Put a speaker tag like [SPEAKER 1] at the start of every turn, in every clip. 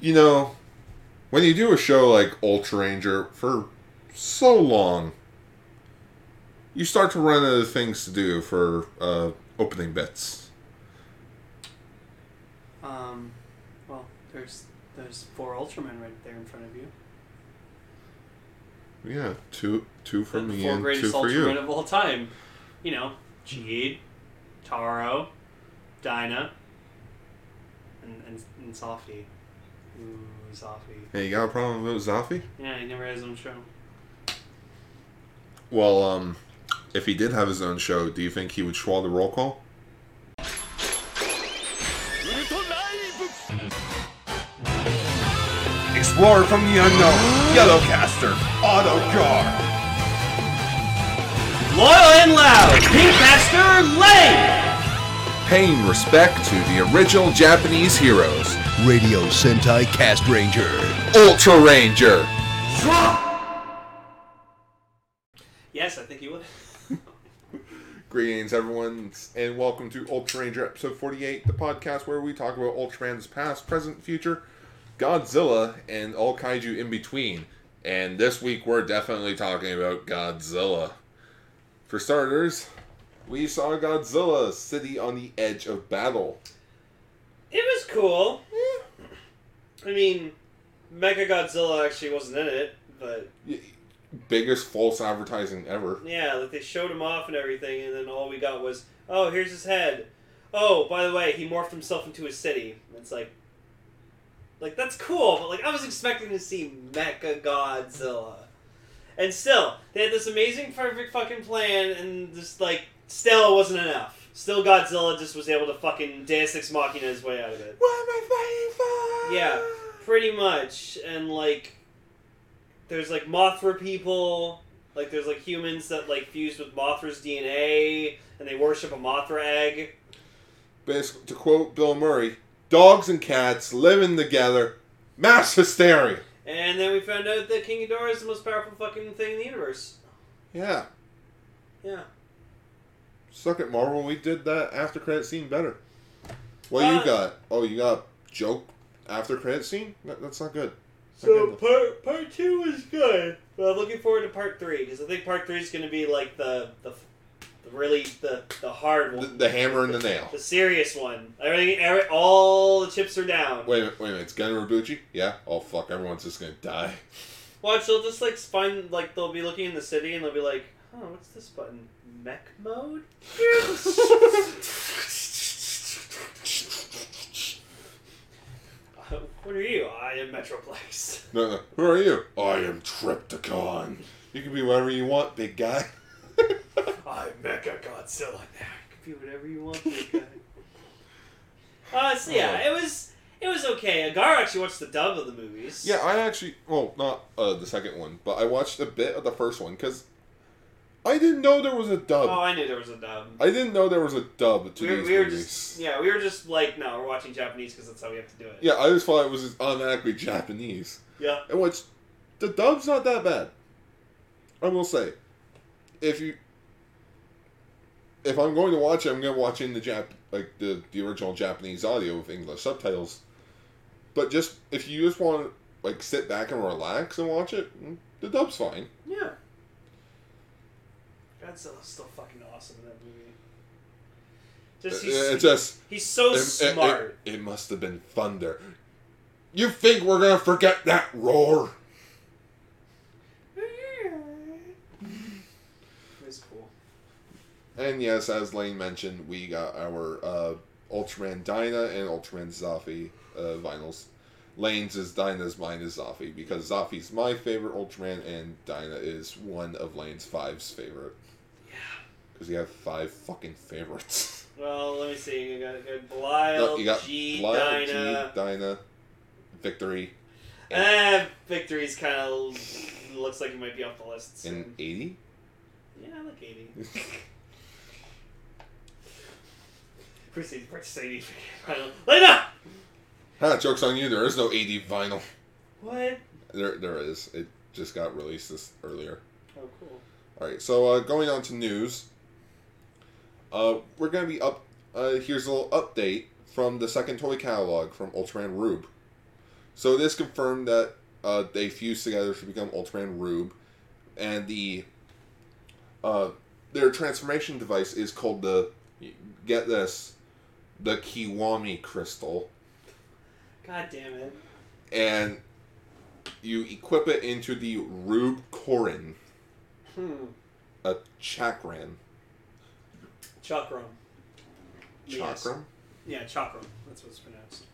[SPEAKER 1] you know, when you do a show like Ultra Ranger for so long, you start to run out of things to do for uh, opening bits.
[SPEAKER 2] Um, well, there's there's four Ultramen right there in front of you.
[SPEAKER 1] Yeah, two two for
[SPEAKER 2] the
[SPEAKER 1] me
[SPEAKER 2] four
[SPEAKER 1] and two
[SPEAKER 2] greatest
[SPEAKER 1] for
[SPEAKER 2] Ultramen
[SPEAKER 1] you.
[SPEAKER 2] of all time. You know, Jade, Taro, Dinah, and and, and Softy. Ooh, Softy.
[SPEAKER 1] Hey, you got a problem with Zafi?
[SPEAKER 2] Yeah, he never has his own show.
[SPEAKER 1] Well, um, if he did have his own show, do you think he would schwa the roll call? Explorer from the unknown, Yellowcaster, Autocar.
[SPEAKER 2] Loyal and loud, Pinkmaster Lane.
[SPEAKER 1] Paying respect to the original Japanese heroes,
[SPEAKER 3] Radio Sentai Cast Ranger.
[SPEAKER 1] Ultra Ranger.
[SPEAKER 2] Yes, I think he would.
[SPEAKER 1] Greetings, everyone, and welcome to Ultra Ranger episode 48, the podcast where we talk about Ultraman's past, present, future, Godzilla, and all kaiju in between. And this week, we're definitely talking about Godzilla. For starters, we saw Godzilla City on the Edge of Battle.
[SPEAKER 2] It was cool. I mean, Mecha Godzilla actually wasn't in it, but
[SPEAKER 1] Y- Biggest false advertising ever.
[SPEAKER 2] yeah, like they showed him off and everything, and then all we got was, oh, here's his head. Oh, by the way, he morphed himself into a city. It's like, like that's cool, but like I was expecting to see Mecha Godzilla, and still they had this amazing, perfect fucking plan, and just like still wasn't enough. Still, Godzilla just was able to fucking Deus Ex Machina his way out of it.
[SPEAKER 1] What am I fighting for?
[SPEAKER 2] Yeah, pretty much. And like, there's like Mothra people. Like, there's like humans that like fused with Mothra's DNA, and they worship a Mothra egg.
[SPEAKER 1] Basically, to quote Bill Murray, dogs and cats living together, mass hysteria.
[SPEAKER 2] And then we found out that King Ghidorah is the most powerful fucking thing in the universe.
[SPEAKER 1] Yeah.
[SPEAKER 2] Yeah.
[SPEAKER 1] Suck it, Marvel. We did that after credit scene better. What
[SPEAKER 2] Uh,
[SPEAKER 1] you got? Oh, you got joke after credit scene? That, that's not good.
[SPEAKER 2] So part part two was good, but I'm looking forward to part three because I think part three is going to be like the the, the really the the hard
[SPEAKER 1] The,
[SPEAKER 2] one,
[SPEAKER 1] the hammer and the nail.
[SPEAKER 2] the serious one. Everything, every, all the chips are down.
[SPEAKER 1] Wait a minute, wait a minute. It's Gun Rabucci? Yeah? Oh, fuck. Everyone's just gonna die.
[SPEAKER 2] Watch, they'll just like find like they'll be looking in the city and they'll be like, "Oh, what's this button? Mech mode." Uh, what are you? I am Metroplex.
[SPEAKER 1] No, no. Who are you? I am Tripticon. You can be whatever you want, big guy.
[SPEAKER 2] I'm Mecha Godzilla now. You can be whatever you want. big guy. uh, so
[SPEAKER 1] Oh.
[SPEAKER 2] yeah, it was it was okay. Agar actually watched the dub of the movies.
[SPEAKER 1] Yeah, I actually, well, not uh, the second one, but I watched a bit of the first one because I didn't know there was a dub.
[SPEAKER 2] Oh, I knew there was a dub.
[SPEAKER 1] I didn't know there was a dub to
[SPEAKER 2] we were,
[SPEAKER 1] these
[SPEAKER 2] we were
[SPEAKER 1] movies.
[SPEAKER 2] just yeah, we were just like, no, we're watching Japanese because that's how we have to do it.
[SPEAKER 1] Yeah, I just thought it was just automatically Japanese.
[SPEAKER 2] Yeah.
[SPEAKER 1] And which the dub's not that bad. I will say. If you if I'm going to watch it, I'm gonna watch in the Jap like the, the original Japanese audio with English subtitles. But just if you just want to like sit back and relax and watch it, mm, the dub's fine.
[SPEAKER 2] Yeah. Godzilla's still fucking awesome in that movie. Just
[SPEAKER 1] It,
[SPEAKER 2] he's,
[SPEAKER 1] it Uh, just
[SPEAKER 2] he's so
[SPEAKER 1] it- it-
[SPEAKER 2] smart.
[SPEAKER 1] it- it must have been thunder. You think we're gonna forget that roar?
[SPEAKER 2] It's cool.
[SPEAKER 1] And yes, as Lane mentioned, we got our uh, Ultraman Dyna and Ultraman Zafi uh, vinyls. Lane's is Dyna's, mine is Zafi, because Zafi's my favorite Ultraman and Dyna is one of Lane's five's favorite.
[SPEAKER 2] Yeah.
[SPEAKER 1] Because you have five fucking favorites.
[SPEAKER 2] Well, let me see. You got, you got Belial,
[SPEAKER 1] No, you got
[SPEAKER 2] G,
[SPEAKER 1] Blythe, G,
[SPEAKER 2] Dinah.
[SPEAKER 1] Dyna, Victory
[SPEAKER 2] Eh, Victory's kind of looks like he might be off the list. soon.
[SPEAKER 1] in 80.
[SPEAKER 2] Yeah, I like 80. Proceed, proceed. Lena!
[SPEAKER 1] ah, joke's on you, there is no 80 vinyl.
[SPEAKER 2] What?
[SPEAKER 1] There, There is. It just got released this earlier.
[SPEAKER 2] Oh, cool.
[SPEAKER 1] All right, so uh, going on to news, uh, we're gonna be up. Uh, here's a little update from the second toy catalog from Ultraman Rube. So it is confirmed that uh, they fuse together to become Ultraman Rube, and the uh, their transformation device is called the get this the Kiwami crystal,
[SPEAKER 2] God damn it.
[SPEAKER 1] and you equip it into the Rube Korin,
[SPEAKER 2] Hmm.
[SPEAKER 1] a chakran.
[SPEAKER 2] Chakram. Yes.
[SPEAKER 1] Chakram?
[SPEAKER 2] Yeah, chakram. That's what it's pronounced.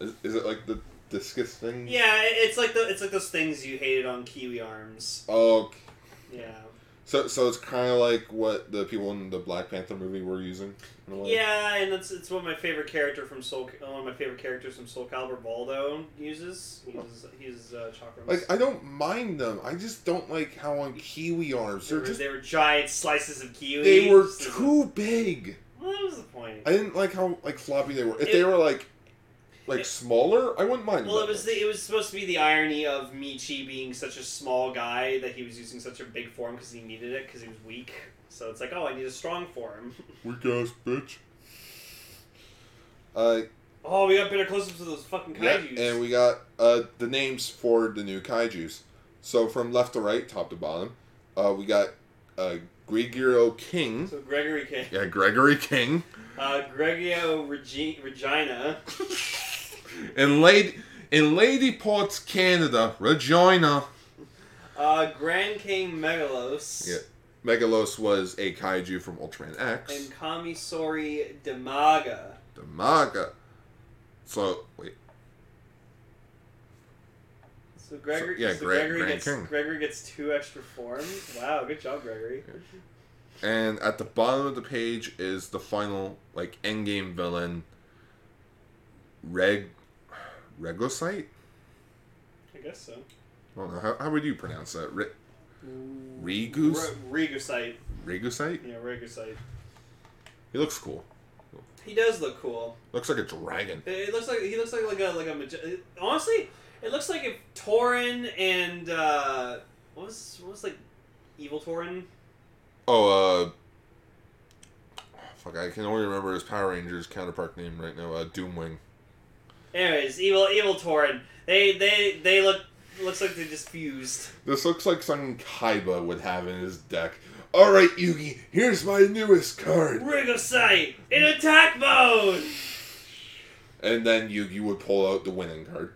[SPEAKER 1] Is, is it like the discus thing?
[SPEAKER 2] Yeah, it- it's like the it's like those things you hated on Kiwi Arms.
[SPEAKER 1] Oh,
[SPEAKER 2] Yeah.
[SPEAKER 1] so so it's kind of like what the people in the Black Panther movie were using. in a way?
[SPEAKER 2] Yeah, and that's it's one of my favorite character from Soul. uh, One of my favorite characters from Soul Calibur, Baldo uses. He uses he uses uh, chakrams.
[SPEAKER 1] Like I don't mind them. I just don't like how on kiwi arms
[SPEAKER 2] they,
[SPEAKER 1] they're
[SPEAKER 2] were,
[SPEAKER 1] just
[SPEAKER 2] they were giant slices of kiwi.
[SPEAKER 1] they were
[SPEAKER 2] Just-
[SPEAKER 1] too big.
[SPEAKER 2] Well, that was the point.
[SPEAKER 1] I didn't like how like floppy they were. If
[SPEAKER 2] It-
[SPEAKER 1] they were like like
[SPEAKER 2] it-
[SPEAKER 1] smaller, I wouldn't mind. them
[SPEAKER 2] well, it
[SPEAKER 1] that
[SPEAKER 2] was the,
[SPEAKER 1] much.
[SPEAKER 2] it was supposed to be the irony of Michi being such a small guy that he was using such a big form because he needed it because he was weak. So it's like, oh, I need a strong form.
[SPEAKER 1] weak ass bitch. Uh,
[SPEAKER 2] oh, we got better close-ups of those fucking
[SPEAKER 1] yeah,
[SPEAKER 2] kaiju's.
[SPEAKER 1] and we got uh the names for the new kaiju's. So from left to right, top to bottom, uh, we got uh Grigiro King.
[SPEAKER 2] so Gregory King,
[SPEAKER 1] Yeah, Gregory King.
[SPEAKER 2] uh, Gregorio Regi- Regina.
[SPEAKER 1] In Lady in Lady Ports, Canada, Regina.
[SPEAKER 2] Uh, Grand King Megalos.
[SPEAKER 1] Yeah. Megalos was a kaiju from Ultraman X.
[SPEAKER 2] And Kamisori Damaga.
[SPEAKER 1] The manga. So wait,
[SPEAKER 2] So Gregory,
[SPEAKER 1] So, yeah,
[SPEAKER 2] so
[SPEAKER 1] Gre-
[SPEAKER 2] Gregory
[SPEAKER 1] Grand
[SPEAKER 2] gets
[SPEAKER 1] King.
[SPEAKER 2] Gregory gets two extra forms. Wow, good job, Gregory.
[SPEAKER 1] and at the bottom of the page is the final like endgame villain. Reg, Regosite.
[SPEAKER 2] I guess so.
[SPEAKER 1] I don't know how, how would you pronounce that. Re, Regus,
[SPEAKER 2] Re- Regusite.
[SPEAKER 1] Regosite.
[SPEAKER 2] Yeah, Regusite.
[SPEAKER 1] He looks cool.
[SPEAKER 2] He does look cool.
[SPEAKER 1] Looks like a dragon.
[SPEAKER 2] It it looks like he looks like like a like a magi- it- honestly, it looks like if Torin and uh, what was what was like evil Torin?
[SPEAKER 1] Oh, uh, fuck! I can only remember his Power Rangers counterpart name right now. Uh, Doomwing.
[SPEAKER 2] Anyways, evil evil Torin. They they they look looks like they just fused.
[SPEAKER 1] This looks like something Kaiba would have in his deck. Alright, Yugi, here's my newest card.
[SPEAKER 2] Regusite in attack mode.
[SPEAKER 1] And then Yugi would pull out the winning card.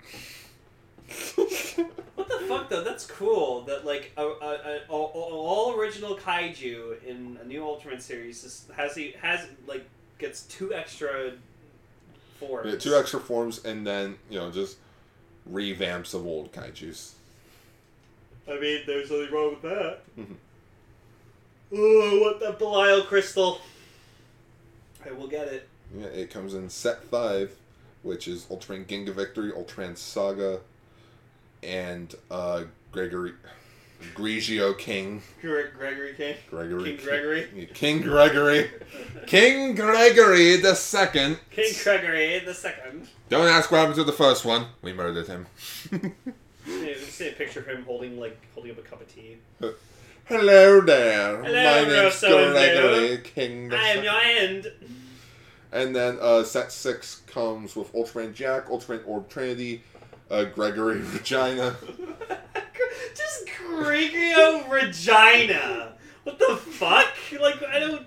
[SPEAKER 2] What the fuck though? That's cool. That like a, a, a, a- all original kaiju in a new Ultraman series is, has he has like gets two extra forms.
[SPEAKER 1] yeah, two extra forms and then, you know, just revamps of old kaijus.
[SPEAKER 2] I mean, there's nothing wrong with that.
[SPEAKER 1] Mhm. Mm-hmm.
[SPEAKER 2] Oh, what that Belial crystal? I will get it.
[SPEAKER 1] Yeah, it comes in set five, which is Ultraman Ginga Victory, Ultraman Saga, and uh Gregory Grigio King.
[SPEAKER 2] Gre- Gregory King.
[SPEAKER 1] Gregory
[SPEAKER 2] King Gregory.
[SPEAKER 1] Yeah, King Gregory. King Gregory the second.
[SPEAKER 2] King Gregory the second.
[SPEAKER 1] Don't ask what happened to the first one. We murdered him.
[SPEAKER 2] Yeah, just see a picture of him holding like holding up a cup of tea.
[SPEAKER 1] Hello there.
[SPEAKER 2] Hello,
[SPEAKER 1] My name's
[SPEAKER 2] Rosso and
[SPEAKER 1] Gregory King. the
[SPEAKER 2] I am
[SPEAKER 1] Sec-
[SPEAKER 2] your end.
[SPEAKER 1] And then uh, set six comes with Ultraman Jack, Ultraman Orb Trinity, uh, Gregory Regina.
[SPEAKER 2] Just Gregorio Regina. What the fuck? Like I don't.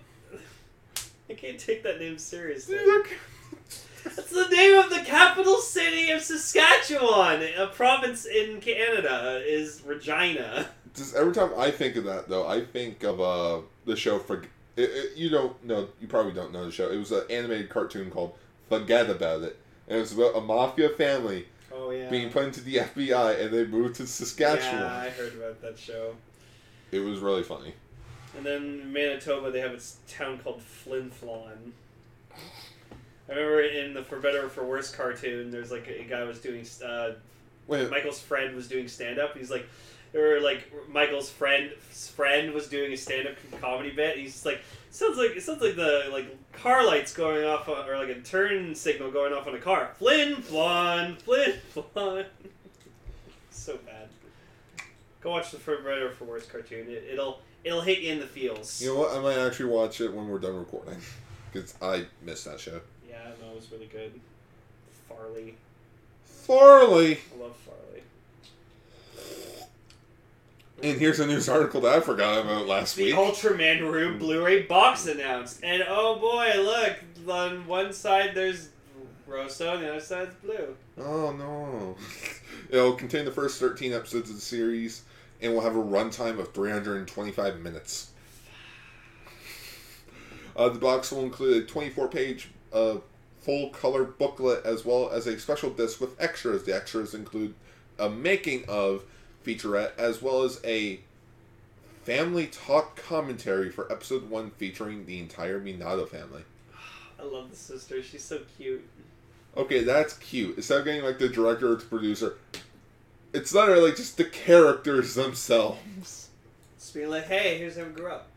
[SPEAKER 2] I can't take that name seriously. That's the name of the capital city of Saskatchewan, a province in Canada, is Regina.
[SPEAKER 1] Just every time I think of that, though, I think of uh, the show for. It, it- you don't know. You probably don't know the show. It was an animated cartoon called "Forget About It," and it was about a mafia family
[SPEAKER 2] Oh yeah.
[SPEAKER 1] being put into the FBI, and they moved to Saskatchewan.
[SPEAKER 2] Yeah, I heard about that show.
[SPEAKER 1] It was really funny.
[SPEAKER 2] And then Manitoba, they have its town called Flin Flon. I remember in the For Better or For Worse cartoon, there's like a guy was doing uh,
[SPEAKER 1] Wait,
[SPEAKER 2] Michael's friend was doing stand up. He's like, or like Michael's friend friend was doing a stand up comedy bit. and he's just like, sounds like it sounds like the like car lights going off on, or like a turn signal going off on a car. Flynn flon, Flynn flon. so bad. Go watch the For Better or for Worse cartoon. It, it'll it'll hit you in the feels.
[SPEAKER 1] You know what? I might actually watch it when we're done recording because I missed that show.
[SPEAKER 2] Yeah, no, it was really good. Farley.
[SPEAKER 1] Farley.
[SPEAKER 2] I love Farley.
[SPEAKER 1] And here's a news article that I forgot about last
[SPEAKER 2] The
[SPEAKER 1] week. Mm.
[SPEAKER 2] Ultraman Room Blu-ray box announced, and oh boy, look! On one side there's Rosso, on the other side's blue.
[SPEAKER 1] Oh no. It'll contain the first 13 episodes of the series and will have a runtime of 325 minutes. Uh, the box will include a 24 page uh, full color booklet as well as a special disc with extras. The extras include a making of featurette as well as a family talk commentary for episode 1 featuring the entire Minato family.
[SPEAKER 2] I love the sister. She's so cute.
[SPEAKER 1] Okay, that's cute. Instead of getting like the director or the producer, it's literally like just the characters themselves.
[SPEAKER 2] Just being like, hey, here's how we grew up.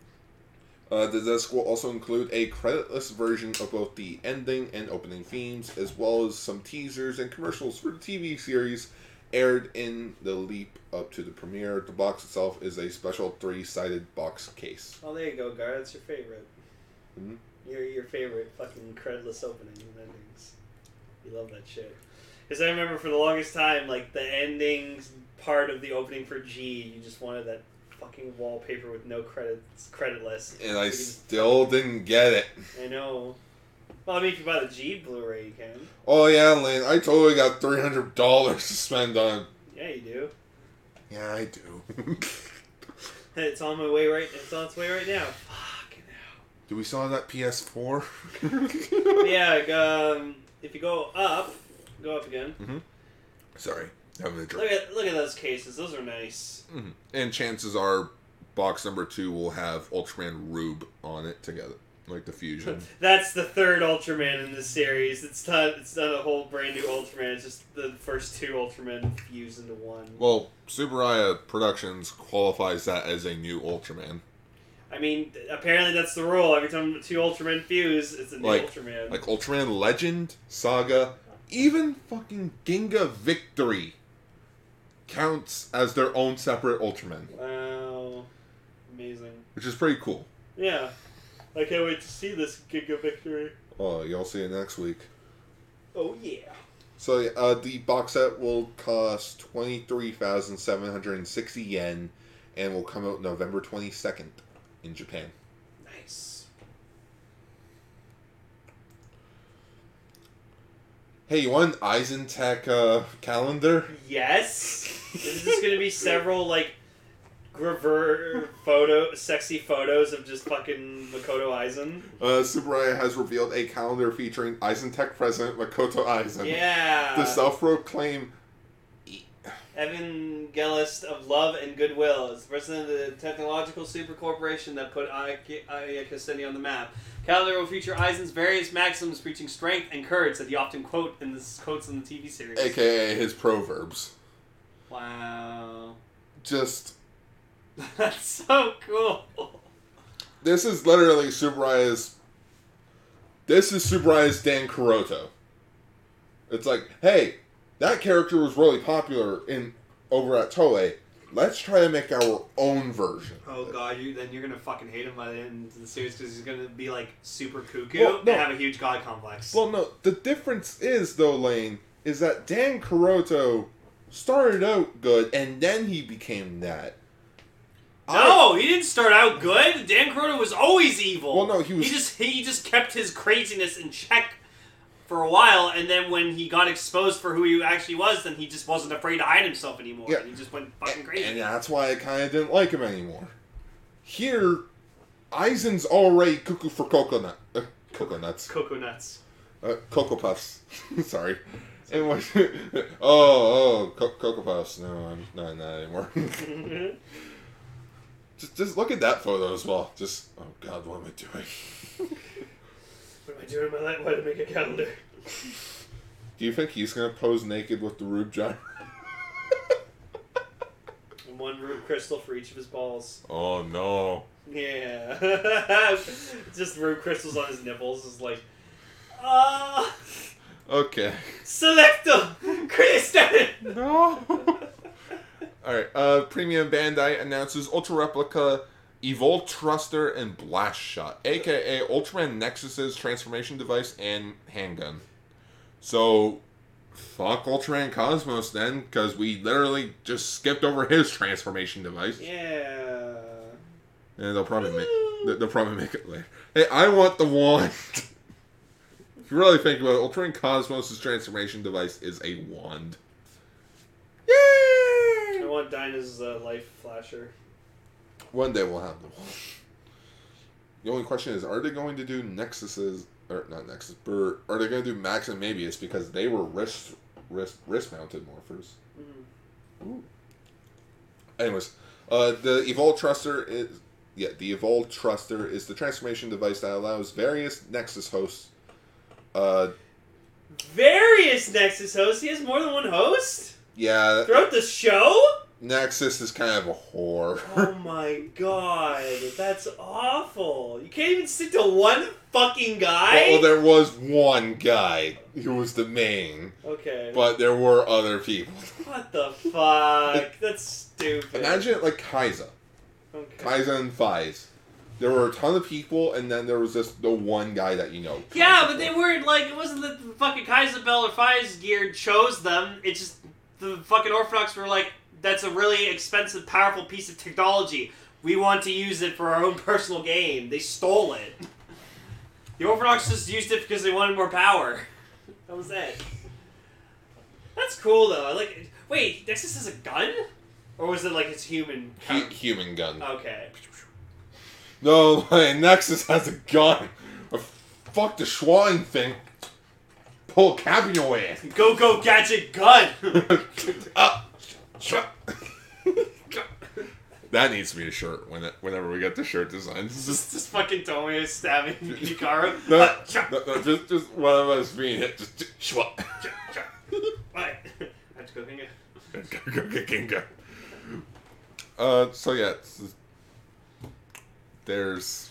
[SPEAKER 1] Uh, the disc will also include a creditless version of both the ending and opening themes, as well as some teasers and commercials for the TV series aired in the leap up to the premiere. The box itself is a special three sided box case.
[SPEAKER 2] Oh, there you go, Gar. That's your favorite.
[SPEAKER 1] Mhm.
[SPEAKER 2] Your your favorite fucking creditless opening and endings. You love that shit. Because I remember for the longest time, like the endings part of the opening for G, you just wanted that fucking wallpaper with no credits, creditless.
[SPEAKER 1] And I
[SPEAKER 2] You just
[SPEAKER 1] still didn't get it.
[SPEAKER 2] I know. Well, I mean, if you buy the G Blu-ray, you can.
[SPEAKER 1] Oh, yeah, Lane, I totally got $300 to spend on.
[SPEAKER 2] Yeah, you do.
[SPEAKER 1] Yeah, I do.
[SPEAKER 2] It's on my way right. It's on its way right now. Fucking hell.
[SPEAKER 1] Do we saw that PS4?
[SPEAKER 2] Yeah. like, Um, if you go up, go up again.
[SPEAKER 1] Sorry, having a
[SPEAKER 2] Look
[SPEAKER 1] drink. Mm-hmm.
[SPEAKER 2] at look at those cases. Those are nice.
[SPEAKER 1] And chances are, box number two will have Ultraman Rube on it together, like the fusion.
[SPEAKER 2] That's the third Ultraman in this series. It's not. It's not a whole brand new Ultraman. It's just the first two Ultraman fused into one.
[SPEAKER 1] well, Subaraya Productions qualifies that as a new Ultraman,
[SPEAKER 2] I mean, apparently that's the rule. Every time two Ultraman fuse, it's a new
[SPEAKER 1] Like-
[SPEAKER 2] Ultraman.
[SPEAKER 1] like Ultraman Legend, Saga, even fucking Ginga Victory counts as their own separate Ultraman,
[SPEAKER 2] wow. Amazing.
[SPEAKER 1] which is pretty cool.
[SPEAKER 2] Yeah. I can't wait to see this Giga Victory.
[SPEAKER 1] Oh, y'all see you next week.
[SPEAKER 2] Oh, yeah.
[SPEAKER 1] So uh, the box set will cost twenty three thousand seven hundred and sixty yen, and will come out November twenty second in Japan.
[SPEAKER 2] Nice.
[SPEAKER 1] Hey, you want an Eisentech uh, calendar?
[SPEAKER 2] Yes. Is this going to be several, like, rever photo, sexy photos of just fucking Makoto Aizen?
[SPEAKER 1] Uh, Subaraya has revealed a calendar featuring Eisentech president Makoto Eisen,
[SPEAKER 2] Yeah.
[SPEAKER 1] the self-proclaimed
[SPEAKER 2] Evangelist of Love and Goodwill is the president of the technological super corporation that put Ayakasendi on the map. Calendar will feature Aizen's various maxims preaching strength and courage that he often quote in this quotes in the TV series.
[SPEAKER 1] aka his proverbs.
[SPEAKER 2] Wow.
[SPEAKER 1] Just
[SPEAKER 2] That's so cool.
[SPEAKER 1] this is literally Subaraya's. This is Subaraya's Dan Kuroto. It's like, hey, that character was really popular in over at Toei. Let's try to make our own version.
[SPEAKER 2] Oh god, you then you're gonna fucking hate him by the end of the series because he's gonna be like super cuckoo
[SPEAKER 1] Well, no.
[SPEAKER 2] and have a huge god complex.
[SPEAKER 1] Well, no, the difference is though, Lane, is that Dan Kuroto started out good and then he became that. I-
[SPEAKER 2] no, he didn't start out good. Dan Crota was always evil.
[SPEAKER 1] Well, no, he was-
[SPEAKER 2] He just he just kept his craziness in check for a while, and then when he got exposed for who he actually was, then he just wasn't afraid to hide himself anymore.
[SPEAKER 1] Yeah.
[SPEAKER 2] And he just went fucking crazy.
[SPEAKER 1] and that's why I kind of didn't like him anymore. Here, Eisen's already cuckoo for coconut, uh, coconuts,
[SPEAKER 2] Coconuts.
[SPEAKER 1] uh, cocoa puffs. Sorry. Anyway, oh, oh, co- cocoa puffs. No, I'm not in that anymore. just, just look at that photo as well. Just, oh God, what am I doing?
[SPEAKER 2] What am I doing in my life? Why did I make a calendar?
[SPEAKER 1] Do you think he's gonna pose naked with the Rube jar?
[SPEAKER 2] And one root crystal for each of his balls.
[SPEAKER 1] Oh no.
[SPEAKER 2] Yeah. Just root crystals on his nipples is like, ah,
[SPEAKER 1] Okay.
[SPEAKER 2] selecto, Kristen.
[SPEAKER 1] No. All right. Uh, Premium Bandai announces Ultra Replica, Evol Truster, and Blast Shot, aka Ultraman Nexus's transformation device and handgun. So, fuck Ultraman Cosmos then, because we literally just skipped over his transformation device.
[SPEAKER 2] Yeah.
[SPEAKER 1] And they'll probably make they- they'll probably make it later. Hey, I want the wand. if you really think about it, Ultraman Cosmos' transformation device is a wand.
[SPEAKER 2] I
[SPEAKER 1] Yay!
[SPEAKER 2] want Dinah's uh, life flasher.
[SPEAKER 1] One day we'll have the wand. The only question is, are they going to do Nexuses or not Nexus, but are they going to do Max and Mabius because they were wrist wrist wrist mounted morphers?
[SPEAKER 2] Mhm.
[SPEAKER 1] Anyways, uh, the Evolve Truster is yeah, the Evolve Truster is the transformation device that allows various Nexus hosts. Uh,
[SPEAKER 2] Various Nexus hosts. He has more than one host
[SPEAKER 1] yeah,
[SPEAKER 2] throughout the show.
[SPEAKER 1] Nexus is kind of a whore.
[SPEAKER 2] Oh my god, that's awful. You can't even stick to one fucking guy.
[SPEAKER 1] well, there was one guy who was the main,
[SPEAKER 2] okay.
[SPEAKER 1] but there were other people.
[SPEAKER 2] What the fuck? That's stupid.
[SPEAKER 1] Imagine it like Kaiza,
[SPEAKER 2] Okay.
[SPEAKER 1] Kaiza and Fize. There were a ton of people, and then there was just the one guy that you know.
[SPEAKER 2] Yeah, but they weren't like it wasn't that the fucking Kaisabel or Fies gear chose them. It's just the fucking Orthodox were like, that's a really expensive, powerful piece of technology. We want to use it for our own personal gain. They stole it. The Orthodox just used it because they wanted more power. That was it. That's cool though. I like. it. Wait, Nexus has a gun, or was it like it's human?
[SPEAKER 1] Hu- human gun.
[SPEAKER 2] Okay.
[SPEAKER 1] No, my Nexus has a gun. Fuck the Schwein thing. Pull Cappy away.
[SPEAKER 2] Go go gadget gun.
[SPEAKER 1] Ah, sh- that needs to be a shirt when whenever we get the shirt designs.
[SPEAKER 2] Just, just fucking Tomio stabbing Yukara.
[SPEAKER 1] No,
[SPEAKER 2] Uh, chop,
[SPEAKER 1] no, no, just, just one of us being hit. Just, just schwa-
[SPEAKER 2] chop, chop. Alright. I have to go hang it.
[SPEAKER 1] Go, go, go, go. Uh, so yeah, it's- there's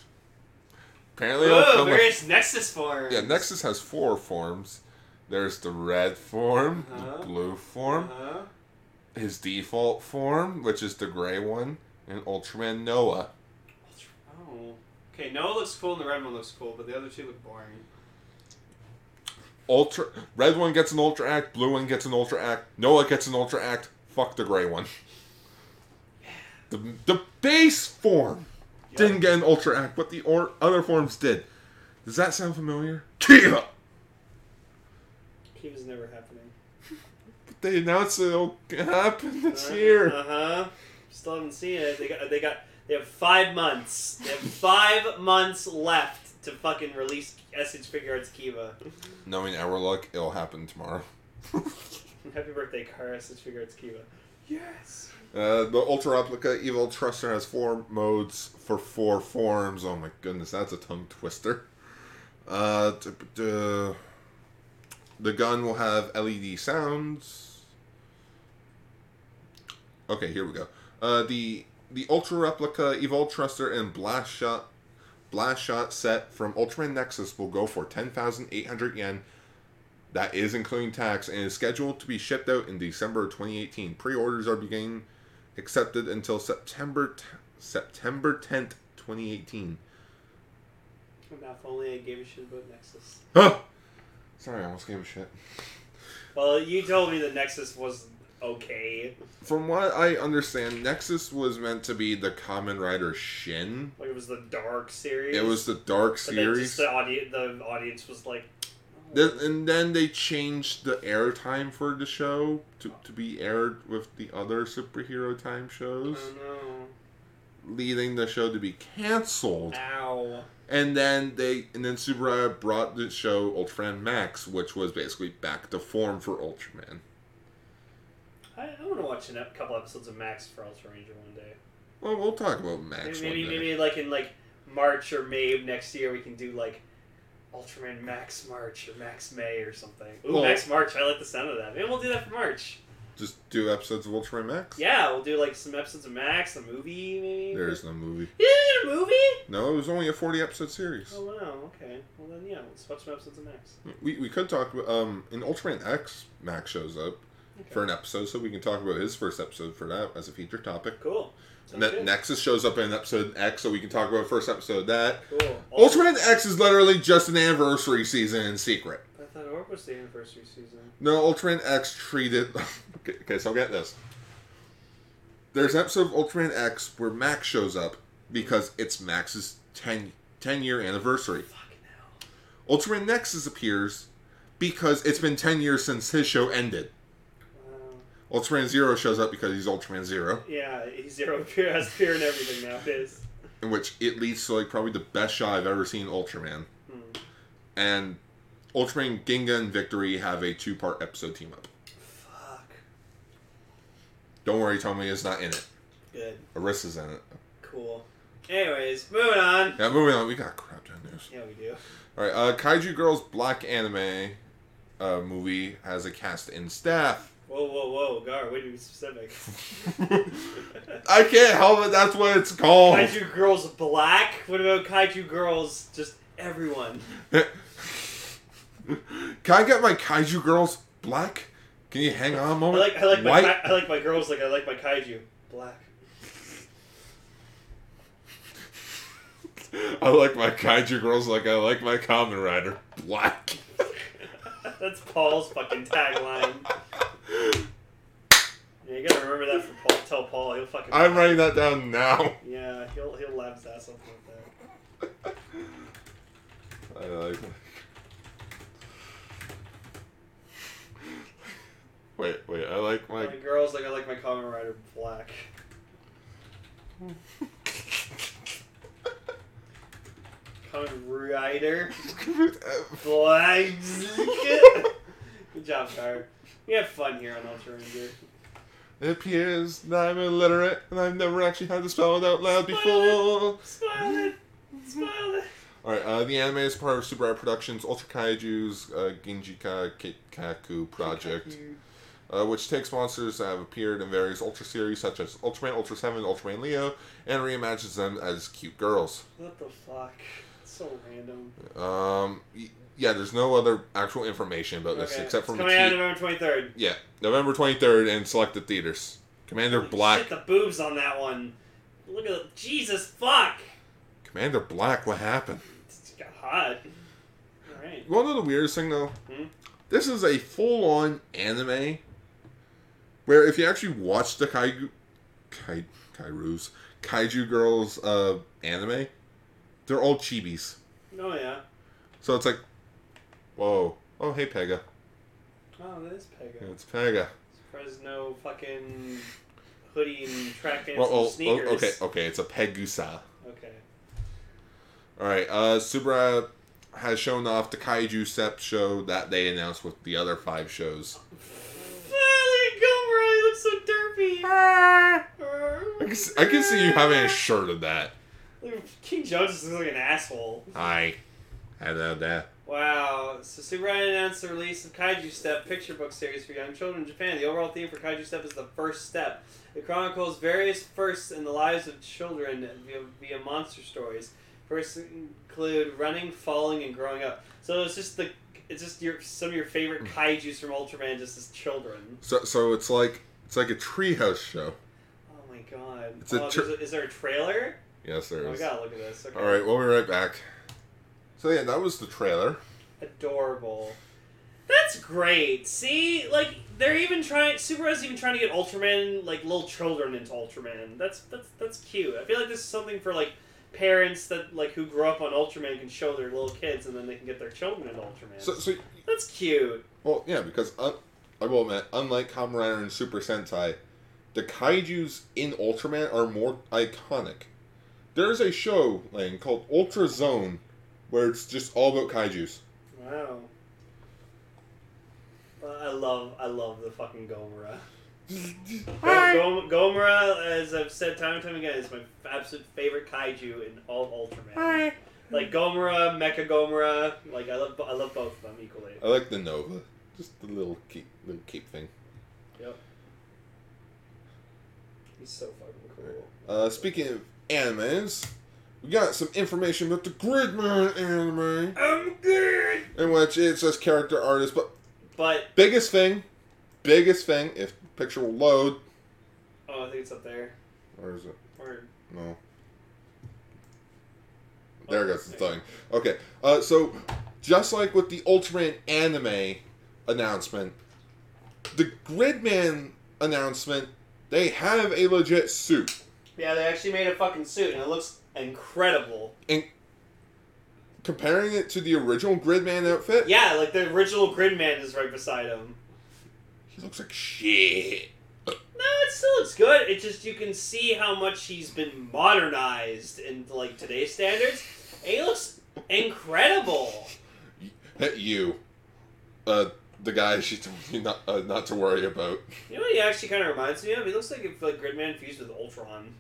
[SPEAKER 1] apparently it'll
[SPEAKER 2] Whoa,
[SPEAKER 1] come with-
[SPEAKER 2] various Oh, Nexus forms.
[SPEAKER 1] Yeah, Nexus has four forms. There's the red form,
[SPEAKER 2] Uh-huh.
[SPEAKER 1] the blue form,
[SPEAKER 2] Huh?
[SPEAKER 1] his default form, which is the gray one, and Ultraman Noah.
[SPEAKER 2] Oh. Okay, Noah looks cool and the red one looks cool, but the other two look boring.
[SPEAKER 1] Ultra red one gets an ultra act, blue one gets an ultra act, Noah gets an ultra act. Fuck the gray one. The the base form didn't get an ultra act, but the or, other forms did. Does that sound familiar? Kiva.
[SPEAKER 2] He was never happening.
[SPEAKER 1] They announced it'll happen this year.
[SPEAKER 2] Uh huh. Still haven't seen it. They got. They got. They have five months. They have five months left to fucking release SH Figure Arts Kiva.
[SPEAKER 1] Knowing our luck, it'll happen tomorrow.
[SPEAKER 2] Happy birthday, Car SH Figure Arts Kiva. Yes.
[SPEAKER 1] Uh, the Ultra Replica Evil Truster has four modes for four forms. Oh my goodness, that's a tongue twister. Uh, t- t- uh, the gun will have LED sounds. Okay, here we go. Uh, the the Ultra Replica Evil Truster and Blast Shot Blast Shot set from Ultraman Nexus will go for ten thousand eight hundred yen. That is including tax and is scheduled to be shipped out in December of 2018. Pre-orders are beginning accepted until September t- September 10th, 2018.
[SPEAKER 2] Now, if only I gave a shit about Nexus.
[SPEAKER 1] Huh! Sorry, I almost gave a shit.
[SPEAKER 2] Well, you told me the Nexus was okay,
[SPEAKER 1] From what I understand, Nexus was meant to be the Common Rider Shin.
[SPEAKER 2] like it was the Dark series.
[SPEAKER 1] It was the Dark
[SPEAKER 2] but then just uh,
[SPEAKER 1] series.
[SPEAKER 2] the audience. The audience was like, oh,
[SPEAKER 1] Then- and then they changed the airtime for the show to, to be aired with the other superhero time
[SPEAKER 2] "Oh, I
[SPEAKER 1] shows,
[SPEAKER 2] don't know.
[SPEAKER 1] leading the show to be canceled.
[SPEAKER 2] Ow.
[SPEAKER 1] And then they and then Subaraya brought the show Ultraman Max, which was basically back to form for Ultraman.
[SPEAKER 2] I, I want to watch a couple episodes of Max for Ultra Ranger one day.
[SPEAKER 1] Well, we'll talk about Max
[SPEAKER 2] maybe
[SPEAKER 1] one day.
[SPEAKER 2] maybe, maybe like in like March or May of next year we can do like Ultraman Max March or Max May or something. Ooh,
[SPEAKER 1] Well-
[SPEAKER 2] Max March! I like the sound of that. Maybe we'll do that for March.
[SPEAKER 1] Just do episodes of Ultraman Max.
[SPEAKER 2] Yeah, we'll do like some episodes of Max, a movie maybe.
[SPEAKER 1] There is no movie.
[SPEAKER 2] You did a movie?
[SPEAKER 1] No, it was only a forty episode series.
[SPEAKER 2] Oh wow. Okay. Well then, yeah, let's watch some episodes of Max.
[SPEAKER 1] We, we could talk about um in Ultraman X Max shows up
[SPEAKER 2] Okay.
[SPEAKER 1] for an episode, so we can talk about his first episode for that as a feature topic.
[SPEAKER 2] Cool.
[SPEAKER 1] And
[SPEAKER 2] Sounds
[SPEAKER 1] that
[SPEAKER 2] good.
[SPEAKER 1] Nexus shows up in episode X, so we can talk about first episode of that.
[SPEAKER 2] cool.
[SPEAKER 1] Ultraman X is literally just an anniversary season in secret.
[SPEAKER 2] I thought Or was the anniversary season?
[SPEAKER 1] No, Ultraman X treated. okay, okay, so get this. There's an episode of Ultraman X where Max shows up because it's Max's 10, 10 year anniversary.
[SPEAKER 2] Fucking hell.
[SPEAKER 1] Ultraman Nexus appears because it's been 10 years since his show ended.
[SPEAKER 2] Wow.
[SPEAKER 1] Ultraman Zero shows up because he's Ultraman Zero,
[SPEAKER 2] Yeah, he's zero fear, has fear and everything now. Is
[SPEAKER 1] in which it leads to like probably the best shot I've ever seen Ultraman.
[SPEAKER 2] Hmm.
[SPEAKER 1] And Ultraman Ginga and Victory have a two part episode team up.
[SPEAKER 2] fuck
[SPEAKER 1] Don't worry, Tommy is not in it.
[SPEAKER 2] good,
[SPEAKER 1] Arissa's in it.
[SPEAKER 2] cool. Anyways, moving on.
[SPEAKER 1] Now moving on, we got crap ton of news.
[SPEAKER 2] Yeah, we do.
[SPEAKER 1] All right, uh, Kaiju Girls Black Anime uh, movie has a cast and staff.
[SPEAKER 2] Whoa, whoa, whoa, Gar, way to be specific.
[SPEAKER 1] I can't help it. That's what it's called.
[SPEAKER 2] Kaiju girls black. What about Kaiju girls? Just everyone.
[SPEAKER 1] Can I get my Kaiju Girls Black? Can you hang on a
[SPEAKER 2] I
[SPEAKER 1] moment?
[SPEAKER 2] like, I like my,
[SPEAKER 1] White.
[SPEAKER 2] ki- I like my girls like I like my Kaiju black.
[SPEAKER 1] I like my Kaiju Girls like I like my Common Rider Black.
[SPEAKER 2] That's Paul's fucking tagline. Yeah, you gotta remember that for Paul. Tell Paul he'll fucking.
[SPEAKER 1] I'm writing that down now.
[SPEAKER 2] yeah, he'll he'll laugh his ass off with that.
[SPEAKER 1] I like. Wait, wait. I like my.
[SPEAKER 2] My girls like I like my Kamen Rider black. Kamen Rider black. Good job, Car. We have fun here on Ultra Ranger.
[SPEAKER 1] It appears that I'm illiterate and I've never actually had to spell it out loud before.
[SPEAKER 2] Smile it, smile it.
[SPEAKER 1] Alright, uh, the anime is part of Super Art Productions' Ultra Kaiju's uh, Genjika Kikaku project, uh, which takes monsters that have appeared in various Ultra series such as Ultraman, Ultra 7, Ultraman Leo, and reimagines them as cute girls.
[SPEAKER 2] What the fuck? It's so random.
[SPEAKER 1] Um, y- yeah, there's no other actual information about this except
[SPEAKER 2] it's
[SPEAKER 1] from
[SPEAKER 2] coming out
[SPEAKER 1] Maki-
[SPEAKER 2] November twenty third.
[SPEAKER 1] yeah, November 23rd in selected theaters. Commander Black.
[SPEAKER 2] Shit, the boobs on that one. Look at the, Jesus fuck.
[SPEAKER 1] Commander Black, what happened?
[SPEAKER 2] It's got hot. All right.
[SPEAKER 1] You wanna know the weirdest thing though?
[SPEAKER 2] Hmm?
[SPEAKER 1] This is a full on anime where if you actually watch the Kaiju Kai, Kairu's Kaiju Girls uh, anime, they're all chibis.
[SPEAKER 2] Oh yeah.
[SPEAKER 1] So it's like Whoa. Oh hey Pega.
[SPEAKER 2] Oh, that is Pega.
[SPEAKER 1] It's Pega.
[SPEAKER 2] Fresno fucking hoodie and track pants
[SPEAKER 1] Well,
[SPEAKER 2] and
[SPEAKER 1] oh, oh,
[SPEAKER 2] sneakers.
[SPEAKER 1] okay, okay, it's a Pegusa.
[SPEAKER 2] Okay.
[SPEAKER 1] Alright, uh Subra has shown off the Kaiju Sep show that they announced with the other five shows.
[SPEAKER 2] Finally, Gilroy looks so
[SPEAKER 1] I can,
[SPEAKER 2] derpy.
[SPEAKER 1] s- I can see you having a shirt of that.
[SPEAKER 2] Look, King Jones just looks like an asshole.
[SPEAKER 1] Hi. Hello there.
[SPEAKER 2] Wow. So Superman announced the release of Kaiju Step picture book series for young children in Japan. The overall theme for Kaiju Step is the first step. It chronicles various firsts in the lives of children via, via monster stories. Firsts include running, falling, and growing up. So it's just the it's just your some of your favorite
[SPEAKER 1] Hmm.
[SPEAKER 2] kaiju's from Ultraman just as children.
[SPEAKER 1] So, so it's like it's like a treehouse show.
[SPEAKER 2] Oh my god.
[SPEAKER 1] It's a
[SPEAKER 2] Oh,
[SPEAKER 1] tr-
[SPEAKER 2] there's is there a trailer?
[SPEAKER 1] Yes, there
[SPEAKER 2] Oh, we
[SPEAKER 1] is.
[SPEAKER 2] gotta look at this. Okay.
[SPEAKER 1] All right, we'll be right back. So yeah, that was the trailer.
[SPEAKER 2] Adorable. That's great. See, like they're even trying. Subaru's even trying to get Ultraman, like little children into Ultraman. That's that's that's cute. I feel like this is something for like parents that like who grew up on Ultraman can show their little kids, and then they can get their children into Ultraman.
[SPEAKER 1] So, so
[SPEAKER 2] that's cute.
[SPEAKER 1] well, yeah, because un, I will admit, unlike Kamen Rider and Super Sentai, the kaiju's in Ultraman are more iconic. There is a show Lane, called Ultra Zone, where it's just all about kaiju's.
[SPEAKER 2] Wow. But I love I love the fucking Gomora. Go- Go- Gomora, as I've said time and time again, is my absolute favorite kaiju in all of Ultraman. Like Gomora, Mecha Gomora, like I love, bo- I love both of them equally.
[SPEAKER 1] I like the Nova, just the little keep little keep thing.
[SPEAKER 2] Yep. He's so fucking cool.
[SPEAKER 1] Uh, speaking of animes, we got some information about the Gridman anime,
[SPEAKER 2] I'm good.
[SPEAKER 1] in which it's just character artists. But
[SPEAKER 2] But
[SPEAKER 1] biggest thing, biggest thing, if picture will load,
[SPEAKER 2] oh, I think it's up there.
[SPEAKER 1] or is it?
[SPEAKER 2] Or
[SPEAKER 1] No. There goes the thing. Okay, uh, so just like with the Ultraman anime announcement, the Gridman announcement, they have a legit suit.
[SPEAKER 2] Yeah, they actually made a fucking suit, and it looks incredible.
[SPEAKER 1] And comparing it to the original Gridman outfit,
[SPEAKER 2] Yeah, like the original Gridman is right beside him.
[SPEAKER 1] he looks like shit.
[SPEAKER 2] No, it still looks good. It just you can see how much he's been modernized in like today's standards. And he looks incredible.
[SPEAKER 1] Hit you. Uh, the guy she told you not, uh, not to worry about.
[SPEAKER 2] You know what he actually kind of reminds me of? He looks like if like Gridman fused with Ultron.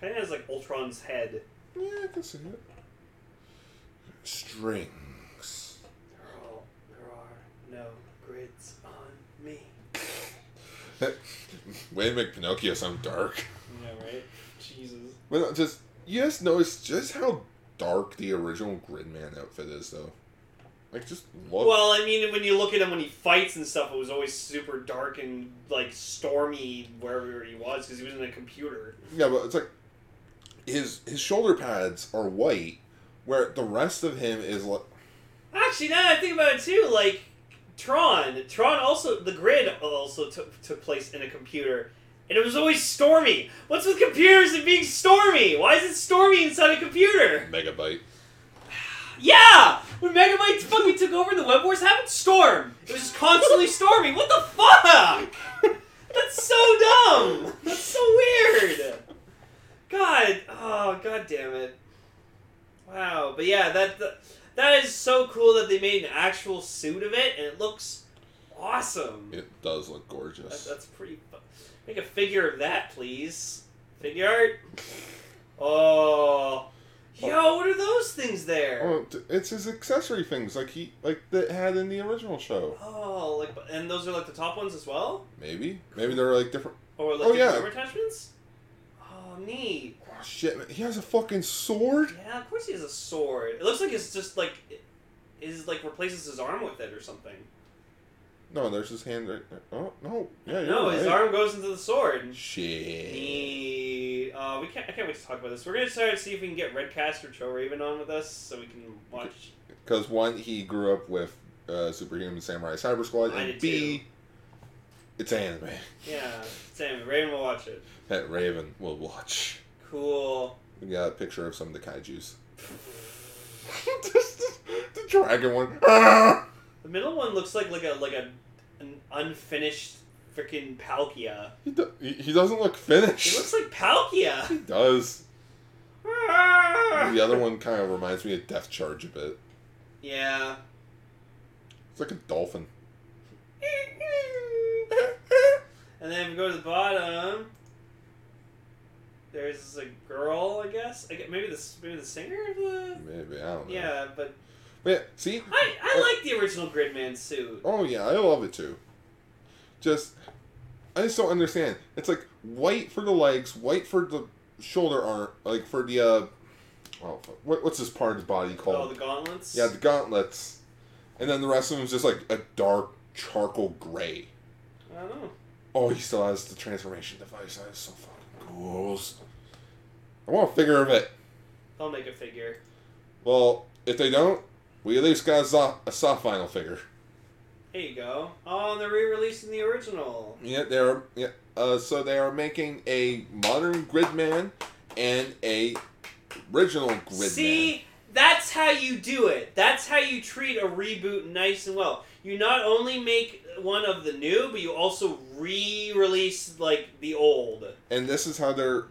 [SPEAKER 2] Kind of has like Ultron's head.
[SPEAKER 1] Yeah, I can see it. Strings.
[SPEAKER 2] There are, there are no grids on me.
[SPEAKER 1] Way to make Pinocchio sound dark.
[SPEAKER 2] Yeah, right. Jesus.
[SPEAKER 1] But no, just you just notice just how dark the original Gridman outfit is, though. Like just look.
[SPEAKER 2] Well, I mean, when you look at him when he fights and stuff, it was always super dark and like stormy wherever he was because he was in a computer.
[SPEAKER 1] yeah, but it's like his his shoulder pads are white, where the rest of him is like.
[SPEAKER 2] Actually, now that I think about it too, like Tron, Tron also the grid also took took place in a computer, and it was always stormy. What's with computers and being stormy? Why is it stormy inside a computer?
[SPEAKER 1] Megabyte.
[SPEAKER 2] Yeah, when Megabyte fucking took over the Web Wars, happened storm. It was just constantly stormy. What the fuck? That's so dumb. That's so weird. God, oh god damn it. Wow, but yeah, that that, that is so cool that they made an actual suit of it, and it looks awesome.
[SPEAKER 1] It does look
[SPEAKER 2] That,
[SPEAKER 1] gorgeous.
[SPEAKER 2] that's pretty. Fu- Make a figure of that, please. Figure art. Oh, yo, what are those things there?
[SPEAKER 1] Oh, t- it's his accessory things, like he like that had in the original show.
[SPEAKER 2] Oh, like and those are like the top ones as well,
[SPEAKER 1] Maybe, maybe they're like different.
[SPEAKER 2] or like
[SPEAKER 1] Oh,
[SPEAKER 2] the
[SPEAKER 1] yeah.
[SPEAKER 2] armor attachments. Oh, neat.
[SPEAKER 1] Oh, shit, man. he has a fucking sword.
[SPEAKER 2] Yeah, of course he has a sword. It looks like it's just like, is like replaces his arm with it or something.
[SPEAKER 1] No, there's his hand right there. Oh no, yeah, you're
[SPEAKER 2] No, his
[SPEAKER 1] right.
[SPEAKER 2] arm goes into the sword.
[SPEAKER 1] Shit.
[SPEAKER 2] Neat. Uh, we can't. I can't wait to talk about this. We're gonna try to see if we can get Redcast or Joe Raven on with us so we can watch.
[SPEAKER 1] Because one, he grew up with uh, Superhuman Samurai Cyber Squad,
[SPEAKER 2] I
[SPEAKER 1] and
[SPEAKER 2] did
[SPEAKER 1] B, it's anime
[SPEAKER 2] Yeah, Sam Raven will watch it.
[SPEAKER 1] that Raven will watch.
[SPEAKER 2] Cool.
[SPEAKER 1] We got a picture of some of the kaiju's. Just the, the dragon one. Ah!
[SPEAKER 2] The middle one looks like like a like a an unfinished freaking Palkia.
[SPEAKER 1] He, do, he, he doesn't look finished.
[SPEAKER 2] It looks like Palkia.
[SPEAKER 1] he does. The other one kind of reminds me of Death Charge a bit.
[SPEAKER 2] Yeah.
[SPEAKER 1] It's like a dolphin.
[SPEAKER 2] And then if we go to the bottom, there's a girl, I guess. I gue- maybe the s- maybe the singer of the.
[SPEAKER 1] Maybe I don't know.
[SPEAKER 2] Yeah, but
[SPEAKER 1] But yeah, see,
[SPEAKER 2] I I like the original Gridman suit.
[SPEAKER 1] Oh yeah, I love it too. Just I just don't understand. It's like white for the legs, white for the shoulder arm, like for the uh, oh, fuck. what, what's this part of his body
[SPEAKER 2] Oh,
[SPEAKER 1] called?
[SPEAKER 2] the gauntlets.
[SPEAKER 1] yeah, the gauntlets, and then the rest of him is just like a dark charcoal gray.
[SPEAKER 2] I don't know.
[SPEAKER 1] Oh, he still has the transformation device. That is so fucking cool. I want a figure of it.
[SPEAKER 2] They'll make a figure.
[SPEAKER 1] Well, if they don't, we at least got a, zo- a soft vinyl figure.
[SPEAKER 2] There you go. Oh, and they're re-releasing the original.
[SPEAKER 1] Yeah, they're yeah. Uh, so they are making a modern Gridman and a original Gridman.
[SPEAKER 2] See, that's how you do it. That's how you treat a reboot nice and well. You not only make one of the new, but you also re-release like the old.
[SPEAKER 1] and this is how they're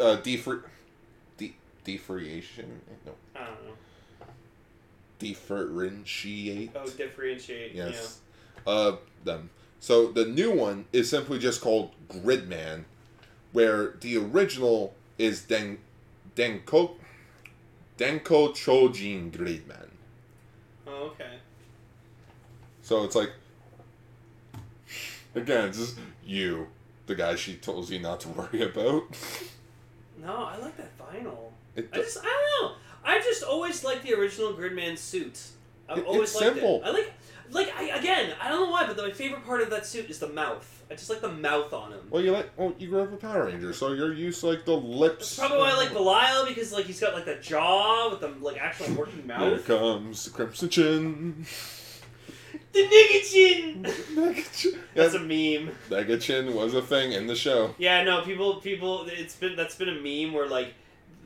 [SPEAKER 1] uh, defre- de- defreation no
[SPEAKER 2] I don't know.
[SPEAKER 1] differentiate.
[SPEAKER 2] Oh, differentiate. Yeah.
[SPEAKER 1] yes, uh, them. So the new one is simply just called Gridman, where the original is Den Denko Denko Chojin Gridman.
[SPEAKER 2] Oh, okay.
[SPEAKER 1] So it's like, again, it's just you, the guy she tells you not to worry about.
[SPEAKER 2] No, I like that vinyl.
[SPEAKER 1] It
[SPEAKER 2] I
[SPEAKER 1] does,
[SPEAKER 2] just, I don't know. I just always liked the original Gridman suit. I've
[SPEAKER 1] It-
[SPEAKER 2] always
[SPEAKER 1] it's
[SPEAKER 2] liked
[SPEAKER 1] simple.
[SPEAKER 2] it. I like like I, again, I don't know why, but my favorite part of that suit is the mouth. I just like the mouth on him.
[SPEAKER 1] Well, you like well, you grew up with Power Rangers, so you're used to like the lips.
[SPEAKER 2] That's probably why I like Belial because like he's got like the jaw with the like actual working
[SPEAKER 1] There
[SPEAKER 2] mouth.
[SPEAKER 1] comes the crimson chin.
[SPEAKER 2] the nigga chin.
[SPEAKER 1] Mega chin.
[SPEAKER 2] That's a meme.
[SPEAKER 1] Mega chin was a thing in the show.
[SPEAKER 2] Yeah, no, people, people, it's been that's been a meme where like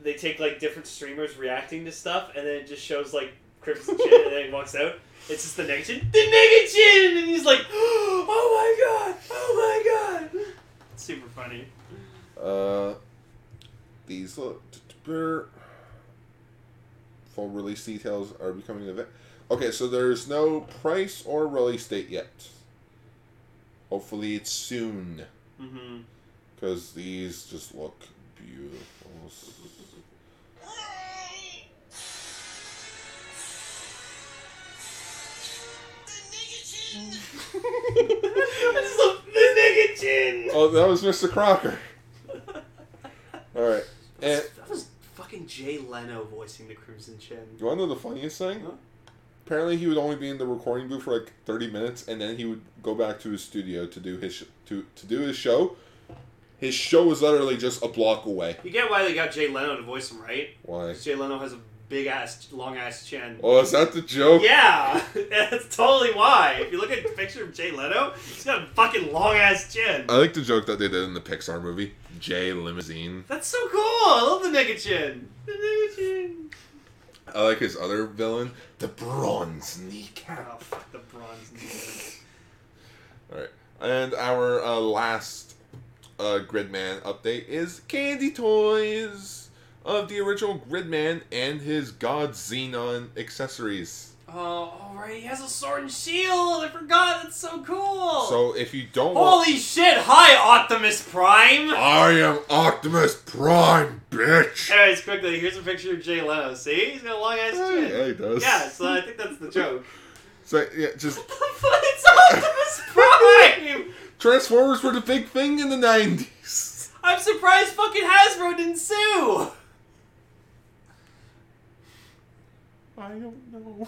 [SPEAKER 2] they take like different streamers reacting to stuff, and then it just shows like Crimson Chin, and then he walks out. It's just the nigga chin, the nigga chin, and he's like, oh my god, oh my god, super funny.
[SPEAKER 1] Uh, these look. Full release details are becoming event. Okay, so there's no price or release date yet. Hopefully, it's soon
[SPEAKER 2] Mm-hmm.
[SPEAKER 1] because these just look beautiful.
[SPEAKER 2] I just love the nigga chin.
[SPEAKER 1] Oh, that was Mr. Crocker. All right, and
[SPEAKER 2] that was fucking Jay Leno voicing the Crimson Chin.
[SPEAKER 1] You want to know the funniest thing?
[SPEAKER 2] Huh?
[SPEAKER 1] Apparently, he would only be in the recording booth for like thirty minutes, and then he would go back to his studio to do his sh- to to do his show. His show was literally just a block away.
[SPEAKER 2] You get why they got Jay Leno to voice him, right?
[SPEAKER 1] Why?
[SPEAKER 2] Because Jay Leno has a big ass, long ass chin.
[SPEAKER 1] Oh, is that the joke?
[SPEAKER 2] Yeah, that's totally why. If you look at the picture of Jay Leno, he's got a fucking long ass chin.
[SPEAKER 1] I like the joke that they did in the Pixar movie Jay Limousine.
[SPEAKER 2] That's so cool. I love the nigga chin. The nigga chin.
[SPEAKER 1] I like his other villain, the Bronze Kneecap.
[SPEAKER 2] Oh fuck the bronze. nigga.
[SPEAKER 1] All right, and our uh, last uh, Gridman update is Candy Toys of the original Gridman and his God Xenon accessories.
[SPEAKER 2] Oh, alright. He has a sword and shield. I forgot. That's so cool.
[SPEAKER 1] So if you don't want,
[SPEAKER 2] holy shit! Hi, Optimus Prime.
[SPEAKER 1] I am Optimus Prime, bitch.
[SPEAKER 2] Anyways, quickly, here's a picture of Jay Leno. See, he's got a long ass
[SPEAKER 1] Hey,
[SPEAKER 2] chin.
[SPEAKER 1] hey, does.
[SPEAKER 2] Yeah, so I think that's the joke.
[SPEAKER 1] So yeah, just
[SPEAKER 2] What the fuck? It's Optimus Prime.
[SPEAKER 1] Transformers were the big thing in the nineties.
[SPEAKER 2] I'm surprised fucking Hasbro didn't sue!
[SPEAKER 1] I don't know.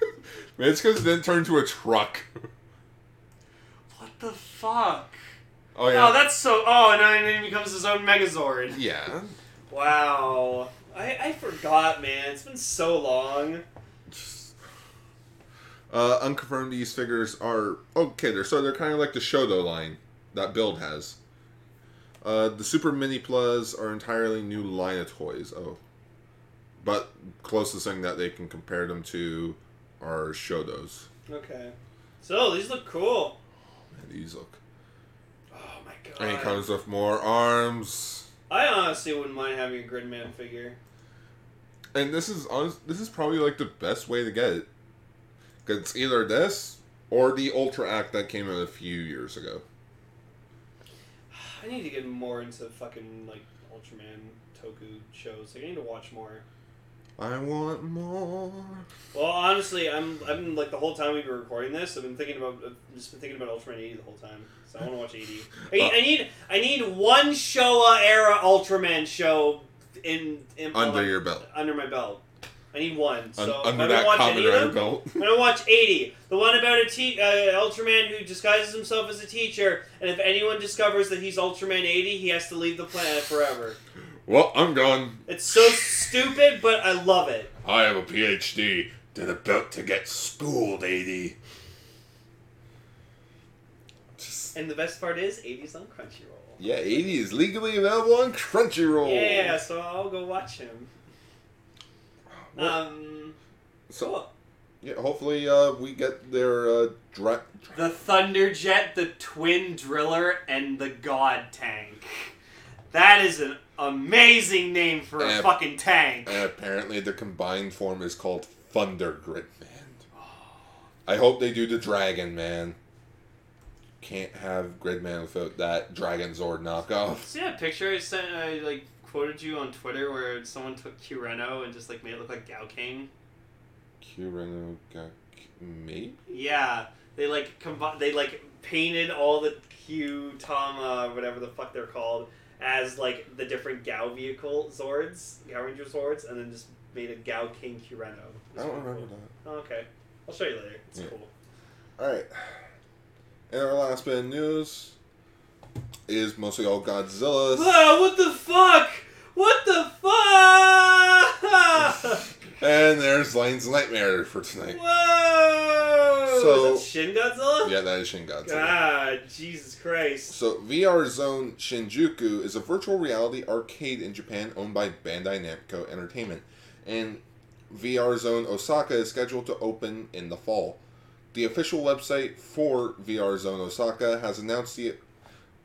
[SPEAKER 1] Man, it's because it didn't turn to a truck.
[SPEAKER 2] What the fuck?
[SPEAKER 1] Oh yeah.
[SPEAKER 2] Oh, that's so. Oh, and then he becomes his own Megazord.
[SPEAKER 1] yeah.
[SPEAKER 2] Wow. I, I forgot, man. It's been so long.
[SPEAKER 1] Uh, unconfirmed these figures are okay. They're so they're kind of like the Shodo line that Build has. Uh, the Super Mini Plus are entirely new line of toys. Oh, but closest thing that they can compare them to are Shodos.
[SPEAKER 2] Okay. So, these look cool.
[SPEAKER 1] And these look.
[SPEAKER 2] Oh my god.
[SPEAKER 1] And he comes with more arms.
[SPEAKER 2] I honestly wouldn't mind having a Gridman figure.
[SPEAKER 1] And this is honest. This is probably like the best way to get it. 'Cause it's either this or the Ultra Act that came out a few years ago.
[SPEAKER 2] I need to get more into fucking, like, Ultraman Toku shows. Like, I need to watch more.
[SPEAKER 1] I want more.
[SPEAKER 2] Well, honestly, I'm I've been like the whole time we've been recording this, I've been thinking about I've just been thinking about Ultraman eighty the whole time. So I want to watch eighty. I need, I need I need one Showa era Ultraman show in, in
[SPEAKER 1] Under your belt.
[SPEAKER 2] under my belt. I need one.
[SPEAKER 1] Un-
[SPEAKER 2] So
[SPEAKER 1] under
[SPEAKER 2] I don't
[SPEAKER 1] that
[SPEAKER 2] watch any of
[SPEAKER 1] copyright
[SPEAKER 2] them.
[SPEAKER 1] belt.
[SPEAKER 2] I'm gonna watch eighty, the one about a te- uh, Ultraman who disguises himself as a teacher, and if anyone discovers that he's Ultraman eighty, he has to leave the planet forever.
[SPEAKER 1] Well, I'm gone.
[SPEAKER 2] It's so stupid, but I love it.
[SPEAKER 1] I have a PhD. Then about to get schooled, AD. Just-
[SPEAKER 2] And the best part is, 80's on Crunchyroll.
[SPEAKER 1] Yeah, 80 is legally available on Crunchyroll.
[SPEAKER 2] Yeah, so I'll go watch him.
[SPEAKER 1] Well,
[SPEAKER 2] Um,
[SPEAKER 1] so,
[SPEAKER 2] cool.
[SPEAKER 1] yeah, hopefully uh, we get their uh, dra-
[SPEAKER 2] The Thunderjet, the Twin Driller, and the God Tank. That is an amazing name for a
[SPEAKER 1] Uh,
[SPEAKER 2] fucking tank.
[SPEAKER 1] And apparently the combined form is called Thunder Gridman. I hope they do the Dragon Man. Can't have Gridman without that Dragon Zord knockoff.
[SPEAKER 2] See that picture I sent? I like quoted you on Twitter where someone took Cureno and just like made it look like Gao King.
[SPEAKER 1] Kirinu got me?
[SPEAKER 2] Yeah, they like combi- they like painted all the Q Tama whatever the fuck they're called as like the different Gao vehicle Zords, Gao Ranger Zords, and then just made a Gao King Kireno.
[SPEAKER 1] I don't remember that.
[SPEAKER 2] Oh, okay, I'll show you later. It's
[SPEAKER 1] Yeah.
[SPEAKER 2] cool.
[SPEAKER 1] All right. And our last bit of news is mostly all Godzilla.
[SPEAKER 2] Wow, what the fuck? What the fuck?
[SPEAKER 1] and there's Lane's Nightmare for tonight.
[SPEAKER 2] Whoa!
[SPEAKER 1] So-
[SPEAKER 2] is that Shin Godzilla?
[SPEAKER 1] Yeah, that is Shin Godzilla.
[SPEAKER 2] God, Jesus Christ.
[SPEAKER 1] So, VR Zone Shinjuku is a virtual reality arcade in Japan owned by Bandai Namco Entertainment. And VR Zone Osaka is scheduled to open in the fall. The official website for VR Zone Osaka has announced the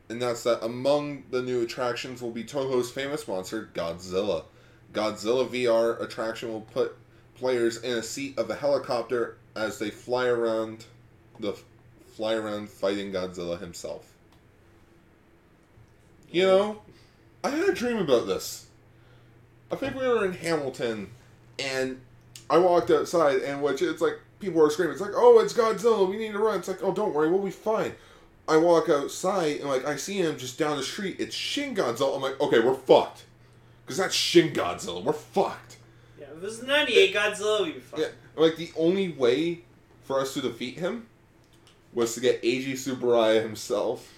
[SPEAKER 1] announced that among the new attractions will be Toho's famous monster Godzilla. Godzilla VR attraction will put players in a seat of a helicopter as they fly around the fly around fighting Godzilla himself. You know, I had a dream about this. I think we were in Hamilton, and I walked outside, and which it's like people are screaming. It's like, oh, it's Godzilla. We need to run. It's like, oh, don't worry, we'll be fine. I walk outside, and like I see him just down the street. It's Shin Godzilla. I'm like, okay, we're fucked, because that's Shin Godzilla. We're fucked.
[SPEAKER 2] Yeah, if it was 98 Godzilla, we'd be fine.
[SPEAKER 1] Yeah, like the only way for us to defeat him was to get Eiji Tsuburaya himself,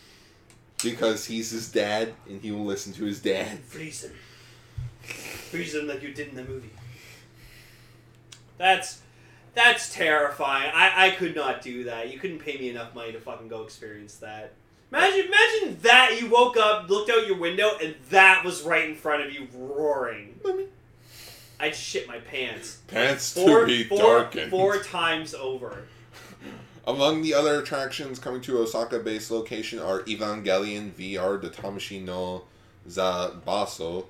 [SPEAKER 1] because he's his dad, and he will listen to his dad.
[SPEAKER 2] Freeze him. Freeze him like you did in the movie. That's that's terrifying. I, I could not do that. You couldn't pay me enough money to fucking go experience that. Imagine imagine that you woke up, looked out your window, and that was right in front of you roaring. I'd shit my pants.
[SPEAKER 1] Pants
[SPEAKER 2] Four,
[SPEAKER 1] to be
[SPEAKER 2] four-
[SPEAKER 1] darkened.
[SPEAKER 2] four times over.
[SPEAKER 1] Among the other attractions coming to Osaka based location are Evangelion VR Datamashi no Zabaso,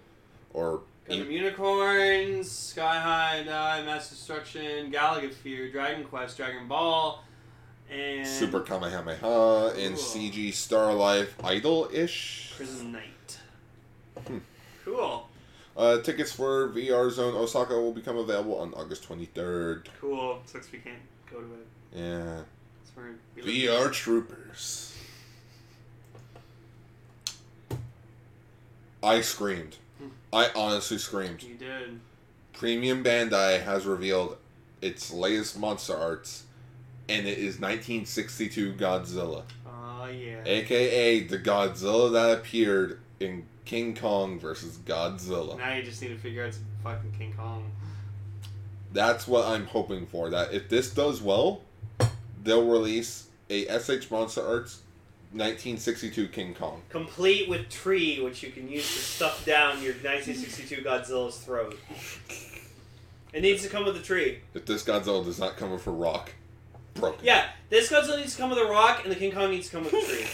[SPEAKER 1] or E-
[SPEAKER 2] Gundam Unicorns, Sky High, Die, Mass Destruction, Galaga Fear, Dragon Quest, Dragon Ball, and
[SPEAKER 1] Super Kamehameha, and
[SPEAKER 2] Cool.
[SPEAKER 1] CG Star Life Idol ish.
[SPEAKER 2] Prison Knight. Cool,
[SPEAKER 1] Uh, tickets for VR Zone Osaka will become available on August 23rd.
[SPEAKER 2] cool. Sucks we can't go to it.
[SPEAKER 1] Yeah.
[SPEAKER 2] It's weird. We live-
[SPEAKER 1] VR Troopers. I screamed.
[SPEAKER 2] Hmm.
[SPEAKER 1] I honestly screamed.
[SPEAKER 2] You did.
[SPEAKER 1] Premium Bandai has revealed its latest monster arts, and it is 1962 Godzilla,
[SPEAKER 2] Oh yeah.
[SPEAKER 1] aka the Godzilla that appeared in King Kong versus Godzilla.
[SPEAKER 2] Now you just need to figure out some fucking King Kong.
[SPEAKER 1] That's what I'm hoping for. That if this does well, they'll release a SH Monster Arts 1962 King Kong.
[SPEAKER 2] Complete with tree, which you can use to stuff down your 1962 Godzilla's throat. It needs to come with a tree.
[SPEAKER 1] If this Godzilla does not come for Rock, broken.
[SPEAKER 2] Yeah, this Godzilla needs to come with a rock, and the King Kong needs to come with a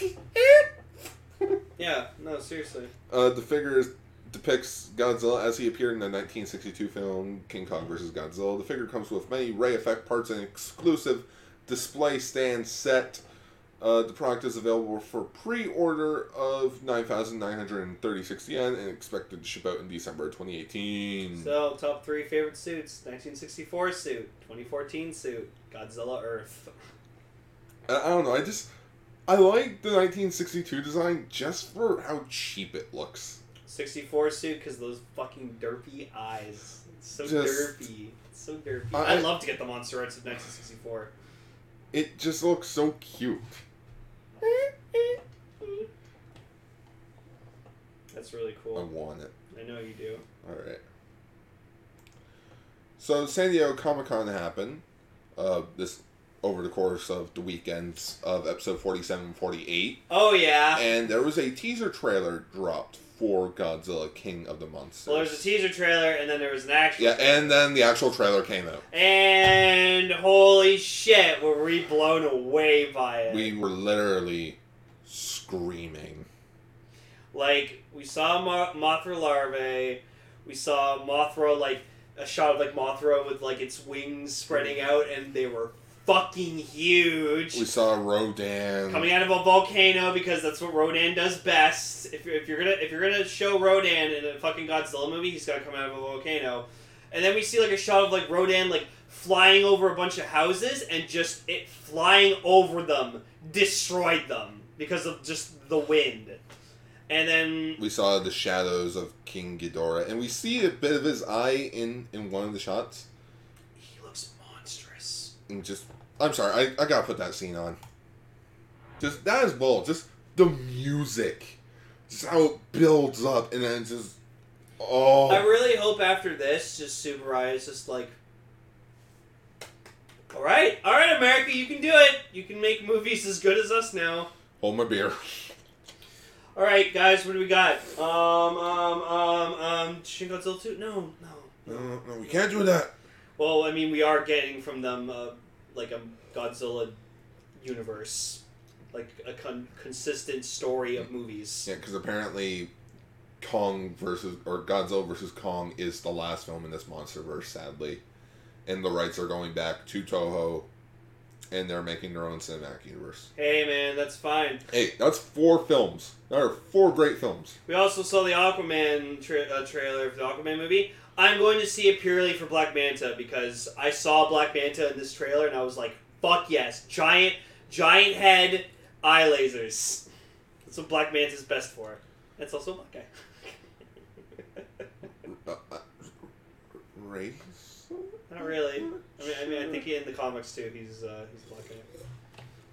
[SPEAKER 2] tree. yeah, no, seriously.
[SPEAKER 1] Uh, the figure is- depicts Godzilla as he appeared in the 1962 film King Kong vs. Godzilla. The figure comes with many ray effect parts and exclusive display stand set. Uh, the product is available for pre-order of 9,936 yen and expected to ship out in December 2018.
[SPEAKER 2] So, top three favorite suits 1964 suit, 2014 suit, Godzilla Earth.
[SPEAKER 1] Uh, I, I don't know. I just I like the 1962 design just for how cheap it looks.
[SPEAKER 2] 64 suit because those fucking derpy eyes. It's so
[SPEAKER 1] Just-
[SPEAKER 2] derpy. It's so derpy.
[SPEAKER 1] I-
[SPEAKER 2] I'd love to get the monster arts of 1964.
[SPEAKER 1] It just looks so cute.
[SPEAKER 2] That's really
[SPEAKER 1] I
[SPEAKER 2] cool.
[SPEAKER 1] want it.
[SPEAKER 2] I know you do.
[SPEAKER 1] All right. So San Diego Comic Con happened uh, this over the course of the weekends of episode 47 and 48,
[SPEAKER 2] Oh, yeah.
[SPEAKER 1] and there was a teaser trailer dropped for Godzilla King of the Monsters.
[SPEAKER 2] Well, there's a teaser trailer, and then there was an action.
[SPEAKER 1] yeah, and then the actual trailer came out.
[SPEAKER 2] And holy shit, were we blown away by it.
[SPEAKER 1] We were literally screaming.
[SPEAKER 2] Like we saw Mo- Mothra larvae, we saw Mothra like a shot of like Mothra with like its wings spreading out, and they were fucking huge.
[SPEAKER 1] We saw Rodan.
[SPEAKER 2] Coming out of a volcano because that's what Rodan does best. If, if you're gonna if you're gonna show Rodan in a fucking Godzilla movie, he's gotta come out of a volcano. And then we see like a shot of like Rodan like flying over a bunch of houses and just it flying over them destroyed them because of just the wind. And then
[SPEAKER 1] we saw the shadows of King Ghidorah, and we see a bit of his eye in in one of the shots,
[SPEAKER 2] He looks monstrous.
[SPEAKER 1] and just I'm sorry, I, I gotta put that scene on. Just that is bold. Just the music, just how it builds up, and then just oh,
[SPEAKER 2] I really hope after this, just Subaru is just like, all right, all right, America, you can do it. You can make movies as good as us now.
[SPEAKER 1] hold my beer.
[SPEAKER 2] All right, guys, what do we got? Um, um, um, um, Shin Godzilla two? No, no.
[SPEAKER 1] No, no, no, we can't do that.
[SPEAKER 2] Well, I mean, we are getting from them uh, like a Godzilla universe, like a con- consistent story of movies.
[SPEAKER 1] Yeah, because apparently, Kong versus or Godzilla versus Kong is the last film in this MonsterVerse, sadly, and the rights are going back to Toho, and they're making their own cinematic universe.
[SPEAKER 2] Hey, man, that's fine.
[SPEAKER 1] Hey, that's four films. There are four great films.
[SPEAKER 2] We also saw the Aquaman tra- uh, trailer for the Aquaman movie. I'm going to see it purely for Black Manta because I saw Black Manta in this trailer and I was like, fuck yes, giant, giant head, eye lasers. That's what Black Manta's best for. That's also a black guy.
[SPEAKER 1] Uh, uh, race?
[SPEAKER 2] Not really. I mean, I mean, I think he in the comics too. He's uh, he's a black guy.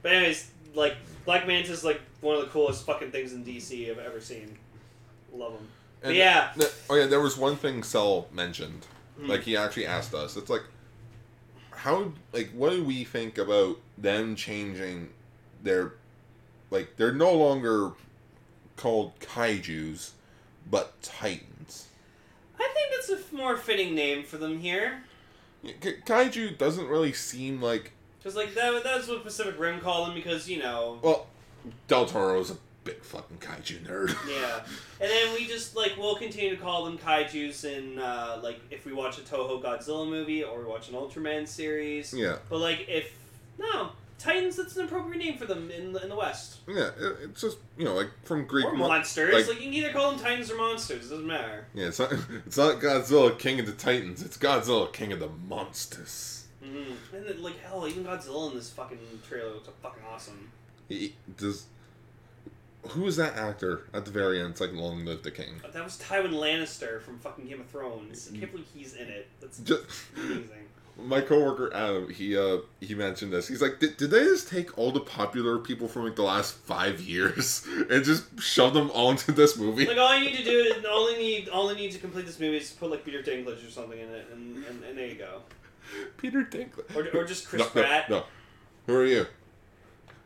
[SPEAKER 2] But anyways, like Black Manta's like one of the coolest fucking things in DC I've ever seen. Love him. But
[SPEAKER 1] And-
[SPEAKER 2] yeah.
[SPEAKER 1] th- oh yeah, there was one thing Cell mentioned.
[SPEAKER 2] Hmm.
[SPEAKER 1] Like he actually asked us. It's like, how? Like, what do we think about them changing their? Like, they're no longer called kaiju's, but titans.
[SPEAKER 2] I think that's a f- more fitting name for them here.
[SPEAKER 1] Yeah, K- Kaiju doesn't really seem like
[SPEAKER 2] Because, like, that, that's what Pacific Rim called them because, you know.
[SPEAKER 1] well. Del Toro's a big fucking kaiju nerd.
[SPEAKER 2] Yeah. And then we just, like, we'll continue to call them kaijus in, uh, like, if we watch a Toho Godzilla movie or we watch an Ultraman series.
[SPEAKER 1] yeah.
[SPEAKER 2] But, like, if. No. Titans, that's an appropriate name for them in the, in the West.
[SPEAKER 1] Yeah, it, it's just you know like from Greek.
[SPEAKER 2] Or
[SPEAKER 1] mo-
[SPEAKER 2] monsters. Like,
[SPEAKER 1] like-
[SPEAKER 2] you can either call them Titans or monsters. It doesn't matter.
[SPEAKER 1] Yeah, it's not, it's not Godzilla King of the Titans. It's Godzilla King of the Monsters.
[SPEAKER 2] Mm. And, then, like, hell, even Godzilla in this fucking trailer looks fucking awesome.
[SPEAKER 1] He- does who is that actor at the very end? It's like Long Live the King.
[SPEAKER 2] But that was Tywin Lannister from fucking Game of Thrones. I can't believe he's in it. That's
[SPEAKER 1] Just,
[SPEAKER 2] amazing.
[SPEAKER 1] my coworker Adam, he uh he mentioned this. He's like, did, did they just take all the popular people from like the last five years and just shove them all into this movie?
[SPEAKER 2] Like all you need to do is only need only need to complete this movie is put like Peter Dinklage or something in it, and, and, and there you go.
[SPEAKER 1] Peter Dinklage
[SPEAKER 2] Or, or just Chris
[SPEAKER 1] no, no,
[SPEAKER 2] Pratt.
[SPEAKER 1] No, Who are you?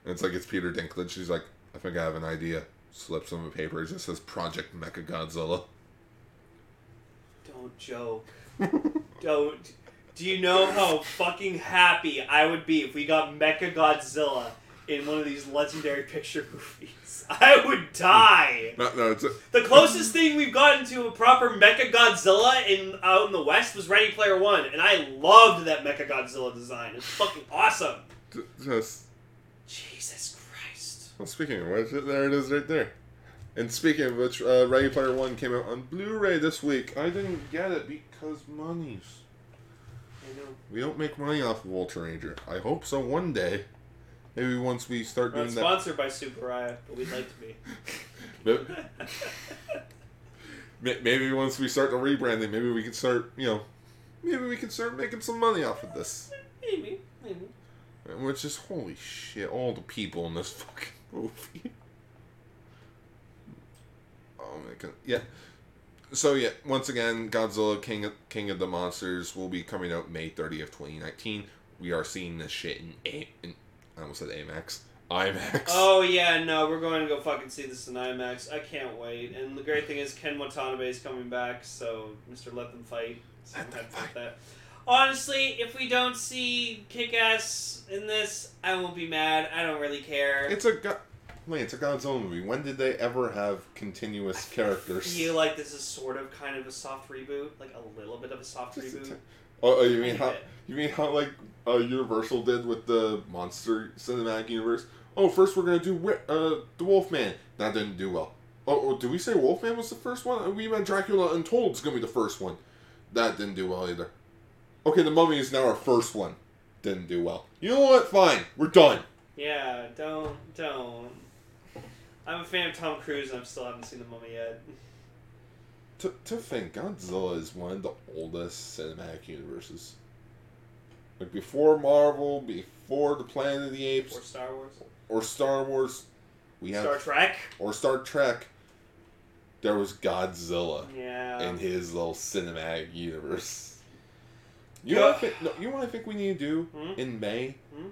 [SPEAKER 1] And it's like it's Peter Dinklage. She's like, I think I have an idea. Slips him a paper. It just says Project Mecha Godzilla.
[SPEAKER 2] Don't joke. Don't. Do you know how fucking happy I would be if we got Mecha Godzilla in one of these legendary picture movies? I would die.
[SPEAKER 1] No, no, it's a,
[SPEAKER 2] The closest thing we've gotten to a proper Mecha Godzilla in out in the West was Ready Player One, and I loved that Mecha Godzilla design. It's fucking awesome.
[SPEAKER 1] just.
[SPEAKER 2] Jesus Christ.
[SPEAKER 1] Well, speaking of which, there it is right there. And speaking of which, uh, Ready Player One came out on Blu-ray this week. I didn't get it because monies.
[SPEAKER 2] I know.
[SPEAKER 1] We don't make money off of Ultra Ranger. I hope so one day. Maybe once we start
[SPEAKER 2] We're
[SPEAKER 1] doing that.
[SPEAKER 2] not sponsored by Superia, but we'd like to be.
[SPEAKER 1] May- may- Maybe once we start the rebranding, maybe we can start, you know, maybe we can start making some money off of this.
[SPEAKER 2] maybe, maybe.
[SPEAKER 1] Which is holy shit, all the people in this fucking movie. Oh my god, yeah. So yeah, once again, Godzilla King of, King of the Monsters will be coming out May thirtieth, twenty nineteen. We are seeing this shit in, A- in I almost said AMAX, IMAX.
[SPEAKER 2] Oh yeah, no, we're going to go fucking see this in IMAX. I can't wait. And the great thing is Ken Watanabe is coming back, so Mr. Let Them Fight. So
[SPEAKER 1] Let
[SPEAKER 2] I'm
[SPEAKER 1] them
[SPEAKER 2] happy about
[SPEAKER 1] fight.
[SPEAKER 2] That. Honestly, if we don't see Kick-Ass in this, I won't be mad. I don't really care.
[SPEAKER 1] It's a go- wait, it's a Godzilla movie. When did they ever have continuous characters?
[SPEAKER 2] feel like this is sort of kind of a soft reboot, like a little bit of a soft
[SPEAKER 1] Just a
[SPEAKER 2] reboot.
[SPEAKER 1] ti- Oh, oh, you mean
[SPEAKER 2] Tiny
[SPEAKER 1] how
[SPEAKER 2] bit.
[SPEAKER 1] you mean how like uh, Universal did with the monster cinematic universe? Oh, first we're gonna do Wi- uh the Wolfman. That didn't do well. Oh, oh, did we say Wolfman was the first one? We meant Dracula Untold's gonna be the first one. That didn't do well either. Okay, the Mummy is now our first one. Didn't do well. You know what? Fine, we're done.
[SPEAKER 2] Yeah, don't don't. I'm a fan of Tom Cruise, and I still haven't seen the Mummy yet.
[SPEAKER 1] To to think, Godzilla is one of the oldest cinematic universes. Like before Marvel, before the Planet of the
[SPEAKER 2] Or
[SPEAKER 1] Apes,
[SPEAKER 2] Star Wars,
[SPEAKER 1] or Star Wars, we have
[SPEAKER 2] Star Trek.
[SPEAKER 1] or Star Trek. There was Godzilla
[SPEAKER 2] Yeah.
[SPEAKER 1] in his little cinematic universe. You
[SPEAKER 2] Yeah.
[SPEAKER 1] know, what I think, no, you know what I think we need to do
[SPEAKER 2] Hmm?
[SPEAKER 1] in May,
[SPEAKER 2] Hmm?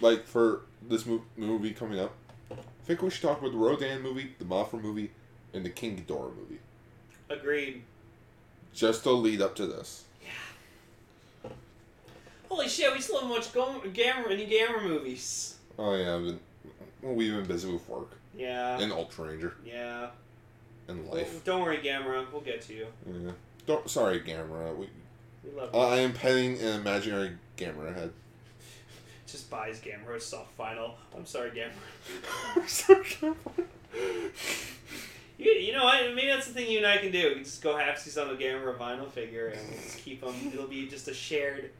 [SPEAKER 1] like for this mo- movie coming up. I think we should talk about the Rodan movie, the Mothra movie, and the King Ghidorah movie,
[SPEAKER 2] Agreed.
[SPEAKER 1] just to lead up to this.
[SPEAKER 2] Holy shit, we still haven't watched Gom- Gamma, any Gamma movies.
[SPEAKER 1] Oh yeah, I've been, well, we've been busy with work
[SPEAKER 2] Yeah.
[SPEAKER 1] and Ultra Ranger
[SPEAKER 2] yeah.
[SPEAKER 1] and
[SPEAKER 2] Well,
[SPEAKER 1] life.
[SPEAKER 2] don't worry, Gamera. We'll get to you.
[SPEAKER 1] Yeah. Don't, sorry, Gamera. We,
[SPEAKER 2] We love you.
[SPEAKER 1] I am petting an imaginary Gamera head.
[SPEAKER 2] Just buys Gamera. It's soft final. I'm sorry, Gamera. You, you know what? Maybe that's the thing you and I can do. We can just go halfsies on a Gamera vinyl figure and we'll just keep them. It'll be just a shared,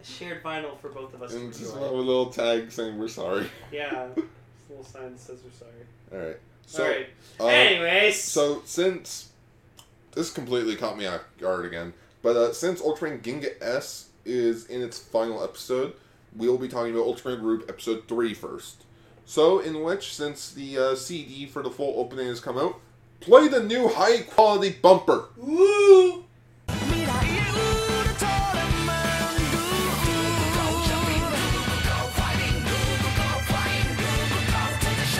[SPEAKER 2] a shared vinyl for both of us. to
[SPEAKER 1] and just have
[SPEAKER 2] enjoy.
[SPEAKER 1] a little tag saying we're sorry.
[SPEAKER 2] Yeah, just a little sign that says we're sorry.
[SPEAKER 1] All right. So,
[SPEAKER 2] All right.
[SPEAKER 1] uh,
[SPEAKER 2] Anyways,
[SPEAKER 1] so since this completely caught me off guard again, but uh, since Ultraman Ginga S is in its final episode, we'll be talking about Ultraman Group episode three first. So, in which, since the uh, CD for the full opening has come out, play the new high quality bumper.
[SPEAKER 2] woo!
[SPEAKER 4] 未来へウルトラマンドゥ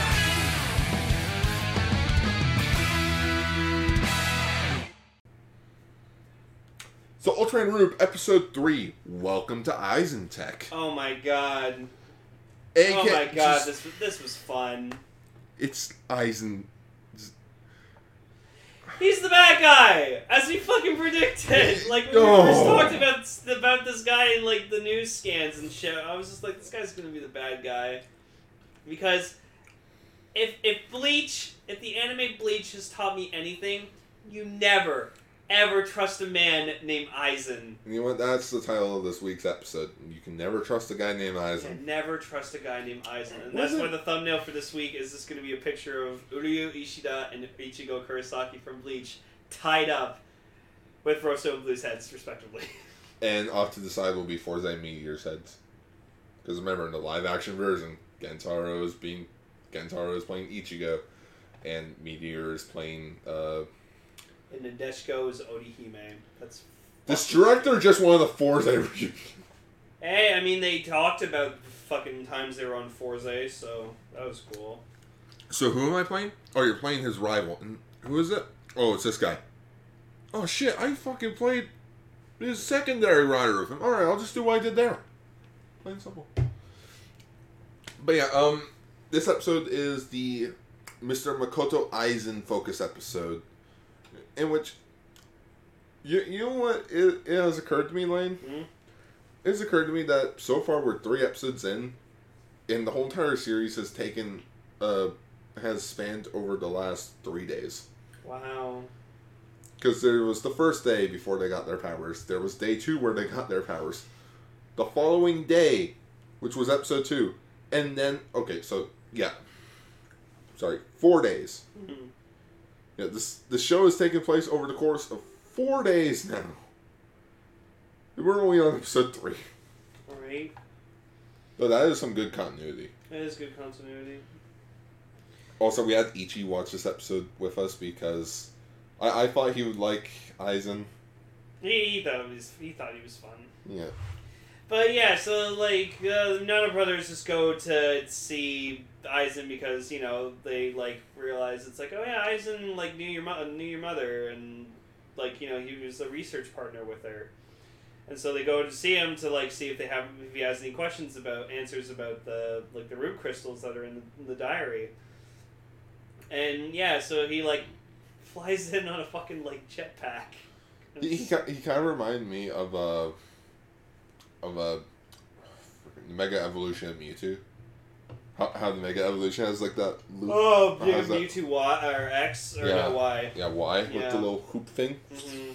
[SPEAKER 4] ー
[SPEAKER 1] So, Ultraman Group episode three. Welcome to Eisentech.
[SPEAKER 2] Oh my god!
[SPEAKER 1] AKA
[SPEAKER 2] oh my god!
[SPEAKER 1] just-
[SPEAKER 2] This was this was fun.
[SPEAKER 1] it's Eisen.
[SPEAKER 2] He's the bad guy, as we fucking predicted. Like when
[SPEAKER 1] Oh.
[SPEAKER 2] we first talked about about this guy in like the news scans and shit, I was just like, this guy's gonna be the bad guy, because if if Bleach, if the anime Bleach has taught me anything, you never ever trust a man named Aizen.
[SPEAKER 1] And you know what? That's the title of this week's episode. You can never trust a guy named
[SPEAKER 2] You
[SPEAKER 1] Eisen.
[SPEAKER 2] can never trust a guy named Aizen, and
[SPEAKER 1] Was
[SPEAKER 2] that's
[SPEAKER 1] it-
[SPEAKER 2] why the thumbnail for this week is just gonna be a picture of Uryu Ishida and Ichigo Kurosaki from Bleach tied up. With Rosso and Blue's heads, respectively.
[SPEAKER 1] And off to the side will be Forza Meteor's heads. Because remember, in the live action version, Gentaro is being Gentaro is playing Ichigo, and Meteor is playing. Uh,
[SPEAKER 2] And Nadeshko is Odihime. That's.
[SPEAKER 1] this director just wanted the Forza version.
[SPEAKER 2] Hey, I mean, they talked about the fucking times they were on Forza, so that was cool.
[SPEAKER 1] So who am I playing? Oh, you're playing his rival. And who is it? Oh, it's this guy. Oh shit! I fucking played his secondary rider of him. All right, I'll just do what I did there. Plain simple. But yeah, um, this episode is the Mr. Makoto Aizen focus episode, in which you you know what it, it has occurred to me, Lane.
[SPEAKER 2] Mhm.
[SPEAKER 1] It has occurred to me that so far we're three episodes in, and the whole entire series has taken uh has spanned over the last three days.
[SPEAKER 2] Wow.
[SPEAKER 1] Because there was the first day before they got their powers. There was day two where they got their powers. The following day, which was episode two, and then okay, so yeah, sorry, four days.
[SPEAKER 2] Mhm.
[SPEAKER 1] Yeah, this the show has taken place over the course of four days now. We're only on episode three,
[SPEAKER 2] Alright.
[SPEAKER 1] so that is some good continuity.
[SPEAKER 2] That is good continuity.
[SPEAKER 1] Also, we had Ichi watch this episode with us because I, I thought he would like Aizen.
[SPEAKER 2] He, he, thought it was, he thought he was fun.
[SPEAKER 1] Yeah.
[SPEAKER 2] But yeah, so like uh, Nana brothers just go to see Aizen because you know they like realize it's like oh yeah Aizen like knew your mo- knew your mother and like you know he was a research partner with her, and so they go to see him to like see if they have if he has any questions about answers about the like the root crystals that are in the, in the diary. And yeah, so he like flies in on a fucking like jetpack.
[SPEAKER 1] He, he, ki- he kind of reminded me of a of a mega evolution of Mewtwo. How, how the mega evolution has like that loop.
[SPEAKER 2] Oh,
[SPEAKER 1] Or
[SPEAKER 2] yeah,
[SPEAKER 1] how's that?
[SPEAKER 2] Mewtwo Y or X or
[SPEAKER 1] Yeah.
[SPEAKER 2] no Y.
[SPEAKER 1] Yeah, why with
[SPEAKER 2] Yeah.
[SPEAKER 1] the little hoop thing?
[SPEAKER 2] hmm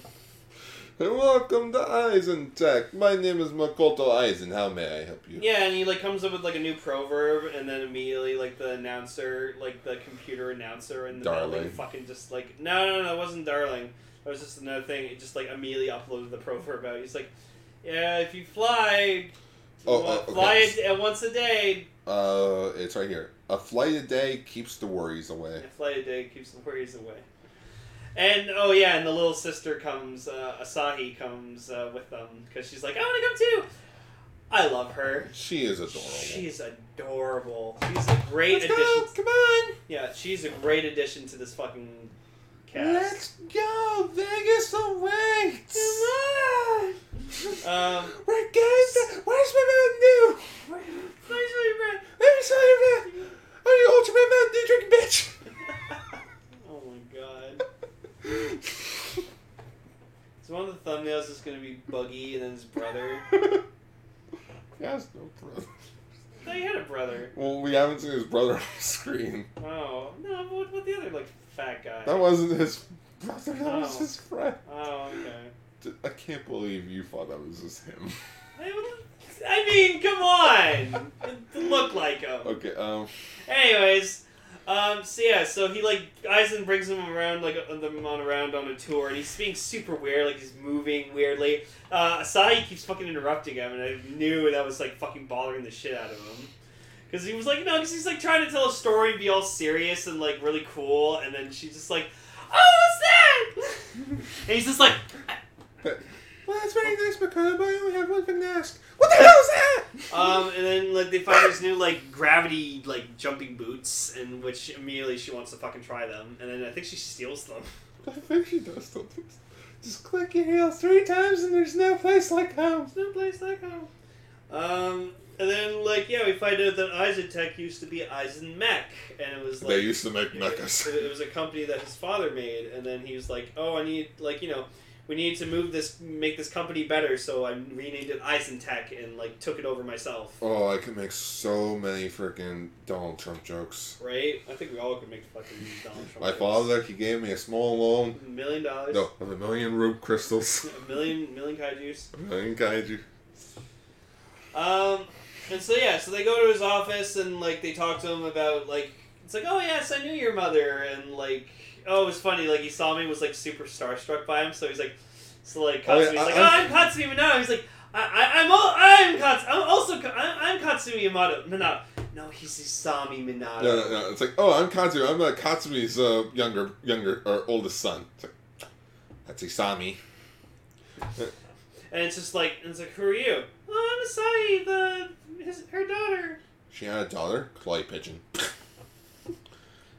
[SPEAKER 1] Hey, welcome to Aizen Tech. My name is Makoto Aizen. How may I help you?
[SPEAKER 2] Yeah, and he like comes up with like a new proverb, and then immediately like the announcer, like the computer announcer in the building,
[SPEAKER 1] Darling.
[SPEAKER 2] fucking just like no, no, no, it wasn't darling. That was just another thing. It just like immediately uploaded the proverb out. He's like, yeah, if you fly,
[SPEAKER 1] Oh,
[SPEAKER 2] One-
[SPEAKER 1] uh, okay.
[SPEAKER 2] fly it uh, once a day.
[SPEAKER 1] Uh, it's right here. A flight a day keeps the worries away.
[SPEAKER 2] A flight a day keeps the worries away. And oh yeah, and the little sister comes. Uh, Asahi comes uh, with them because she's like, I want to come too. I love her.
[SPEAKER 1] She is adorable.
[SPEAKER 2] She's adorable. She's a great
[SPEAKER 1] Let's
[SPEAKER 2] addition.
[SPEAKER 1] go! Come on!
[SPEAKER 2] Yeah, she's a great addition to this fucking cast.
[SPEAKER 1] go! Vegas awaits! Come on!
[SPEAKER 2] Um,
[SPEAKER 1] We're guys. Where's my Mountain Dew? Let me saw your man. Are you Ultraman Mountain Dew drinking bitch?
[SPEAKER 2] oh my god. So one of the thumbnails is gonna be Buggy and then his brother.
[SPEAKER 1] Yes, no brother.
[SPEAKER 2] No, you had a brother.
[SPEAKER 1] Well, we haven't seen his brother on the screen.
[SPEAKER 2] Oh no, but what, what the other like fat guy?
[SPEAKER 1] That wasn't his brother. That was
[SPEAKER 2] Oh.
[SPEAKER 1] his friend.
[SPEAKER 2] Oh okay.
[SPEAKER 1] I can't believe you thought that was just him.
[SPEAKER 2] I, I mean, come on. It looked like him.
[SPEAKER 1] Okay. Um.
[SPEAKER 2] Anyways, um, so yeah, so he like Eisen brings him around like uh, them on around on a tour, and he's being super weird, like he's moving weirdly. Uh, Asahi keeps fucking interrupting him, and I knew that was like fucking bothering the shit out of him. Cause he was like, no, cause he's like trying to tell a story and be all serious and like really cool, and then she's just like, oh, what's that? and he's just like,
[SPEAKER 1] Well, that's very nice, but I only have one thing to ask. What the hell is that?
[SPEAKER 2] Um, and then like they find these new like gravity like jumping boots, and which immediately she wants to fucking try them, and then I think she steals them.
[SPEAKER 1] I think she does something. Just click your heels three times, and there's no place like home.
[SPEAKER 2] There's no place like home. Um, and then like yeah, we find out that Isotech used to be Eisen Mech, and it was like
[SPEAKER 1] They used to make
[SPEAKER 2] it,
[SPEAKER 1] mechas.
[SPEAKER 2] it was a company that his father made, and then he was like, oh, I need like you know. We need to move this, make this company better. So I renamed it Isentech and like took it over myself,
[SPEAKER 1] Oh, I could make so many freaking Donald Trump jokes.
[SPEAKER 2] right? I think we all could make fucking Donald Trump.
[SPEAKER 1] My
[SPEAKER 2] jokes.
[SPEAKER 1] father, he gave me a small loan.
[SPEAKER 2] million dollars.
[SPEAKER 1] No, of a million rube crystals.
[SPEAKER 2] A million million kaiju's.
[SPEAKER 1] A million kaiju.
[SPEAKER 2] Um, and so yeah, so they go to his office and like they talk to him about like it's like oh yes I knew your mother and like oh it was funny like he saw me and was like super starstruck by him so he's like so like
[SPEAKER 1] Oh,
[SPEAKER 2] Katsumi's
[SPEAKER 1] yeah, I-
[SPEAKER 2] like
[SPEAKER 1] I'm-
[SPEAKER 2] oh I'm Katsumi Minato he's like I, I I'm all, I'm Kats I'm also Ka- I'm, I'm Katsumi Minato Minato no he's Isami Minato
[SPEAKER 1] No, no, no. It's like, oh, I'm Katsu. I'm uh, Katsumi's uh, younger, younger or oldest son. It's like, that's Isami.
[SPEAKER 2] and it's just like and it's like who are you oh I'm Asahi the his, her daughter
[SPEAKER 1] She had a daughter, clay pigeon.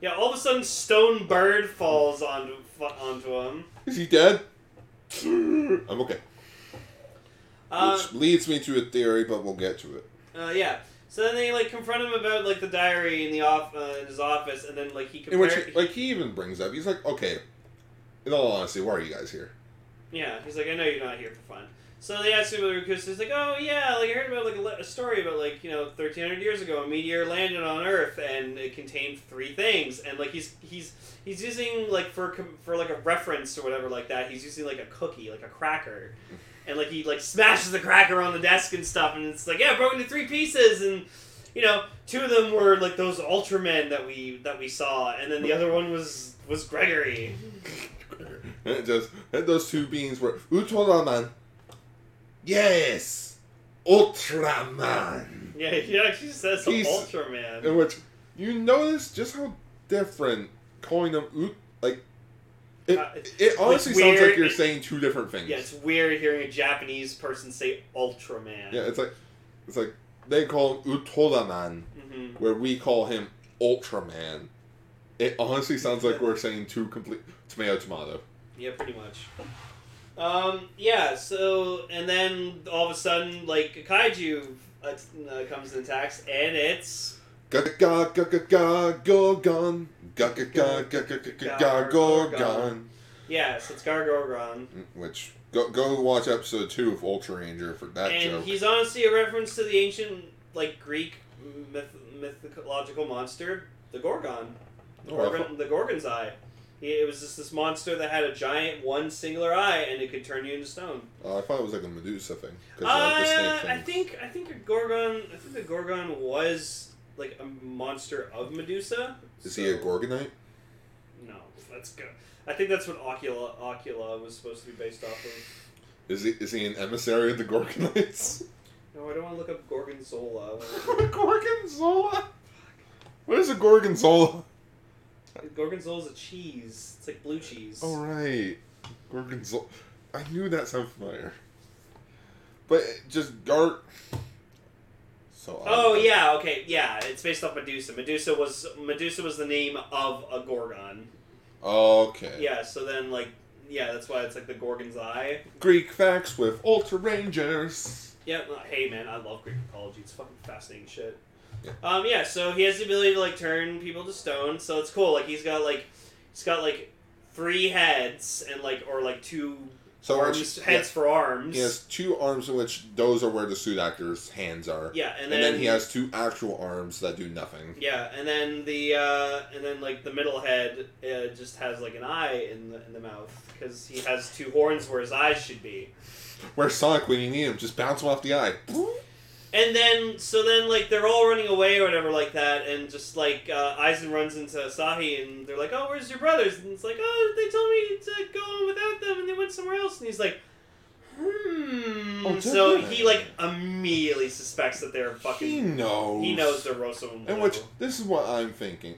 [SPEAKER 2] Yeah, all of a sudden, Stone Bird falls onto fu- onto him.
[SPEAKER 1] Is he dead? I'm okay.
[SPEAKER 2] Uh,
[SPEAKER 1] Which leads me to a theory, but we'll get to it.
[SPEAKER 2] uh, yeah. So then they like confront him about like the diary in the off uh, in his office, and then like he
[SPEAKER 1] In which,
[SPEAKER 2] compares.
[SPEAKER 1] like, he even brings up, he's like, okay, in all honesty, why are you guys here?
[SPEAKER 2] yeah, he's like, I know you're not here for fun. So they asked him about Rukus. He's like, Oh yeah, like I heard about like a, le- a story about like you know 1,300 years ago, a meteor landed on Earth and it contained three things, and like he's he's he's using like for com- for like a reference or whatever like that. He's using like a cookie, like a cracker. and like he like smashes the cracker on the desk and stuff and it's like yeah broken into three pieces and you know two of them were like those ultramen that we that we saw and then the other one was was gregory
[SPEAKER 1] And it just, and those two beings were Ultraman. Yes! Ultraman!
[SPEAKER 2] yeah he actually says
[SPEAKER 1] He's-
[SPEAKER 2] ultraman
[SPEAKER 1] In which you notice just how different calling them oot like it.
[SPEAKER 2] Uh,
[SPEAKER 1] it honestly sounds like
[SPEAKER 2] weird.
[SPEAKER 1] you're saying two different things.
[SPEAKER 2] yeah it's weird hearing a japanese person say ultraman
[SPEAKER 1] Yeah, it's like it's like they call him Utodaman,
[SPEAKER 2] hmm
[SPEAKER 1] where we call him Ultraman. It honestly sounds like we're saying two complete tomato tomato.
[SPEAKER 2] yeah pretty much um yeah so and then all of a sudden like a kaiju uh, uh, comes and attacks and it's
[SPEAKER 1] Ga ga ga ga ga gorgon. Ga ga ga ga ga ga ga gorgon.
[SPEAKER 2] yeah so it's gargorgon
[SPEAKER 1] Which go go watch episode two of Ultra Ranger for that
[SPEAKER 2] and
[SPEAKER 1] joke.
[SPEAKER 2] he's honestly a reference to the ancient like greek myth- mythological monster the gorgon the,
[SPEAKER 1] Oh, I
[SPEAKER 2] gorgon, the gorgon's eye He- it was just this monster that had a giant one singular eye and it could turn you into stone
[SPEAKER 1] Uh, I thought it was like a Medusa thing. 'cause
[SPEAKER 2] uh,
[SPEAKER 1] of, like, the snake
[SPEAKER 2] i
[SPEAKER 1] thing.
[SPEAKER 2] think i think a gorgon i think the gorgon was like a monster of medusa
[SPEAKER 1] Is he a
[SPEAKER 2] so-
[SPEAKER 1] Gorgonite?
[SPEAKER 2] no that's good i think that's what ocula ocula was supposed to be based off of
[SPEAKER 1] Is he is he an emissary of the Gorgonites?
[SPEAKER 2] No, I don't want to look up Gorgonzola.
[SPEAKER 1] Gorgonzola? What is a Gorgonzola?
[SPEAKER 2] Gorgonzola's a cheese. It's like blue cheese.
[SPEAKER 1] Oh, right. Gorgonzola. I knew that sounded familiar. But just Gar. So
[SPEAKER 2] Oh yeah, okay, yeah. It's based off Medusa. Medusa was Medusa was the name of a gorgon.
[SPEAKER 1] Okay.
[SPEAKER 2] Yeah, so then like yeah, that's why it's like the Gorgon's Eye.
[SPEAKER 1] Greek facts with Ultra Rangers.
[SPEAKER 2] Yeah, well, hey man, I love Greek mythology. It's fucking fascinating shit. Um, yeah, so he has the ability to like turn people to stone, so it's cool. Like he's got like he's got like three heads and like or like two
[SPEAKER 1] So
[SPEAKER 2] arms
[SPEAKER 1] it's-
[SPEAKER 2] heads for arms.
[SPEAKER 1] He has two arms in which those are where the suit actor's hands are.
[SPEAKER 2] Yeah,
[SPEAKER 1] And
[SPEAKER 2] and then,
[SPEAKER 1] then he has two actual arms that do nothing.
[SPEAKER 2] Yeah, and then the uh, and then like the middle head uh, just has like an eye in the in the mouth because he has two horns where his eyes should be.
[SPEAKER 1] Where Sonic, when you need him, just bounce him off the eye.
[SPEAKER 2] And then so then like they're all running away or whatever like that, and just like uh, Aizen runs into Asahi, and they're like, "Oh, where's your brothers?" And it's like, "Oh, they told me to go on without them, and they went somewhere else." And he's like. Hmm.
[SPEAKER 1] Oh,
[SPEAKER 2] so
[SPEAKER 1] definitely.
[SPEAKER 2] he like immediately suspects that they're
[SPEAKER 1] He
[SPEAKER 2] fucking.
[SPEAKER 1] knows.
[SPEAKER 2] He knows they're Rosso and
[SPEAKER 1] And
[SPEAKER 2] Blue.
[SPEAKER 1] which this is what I'm thinking.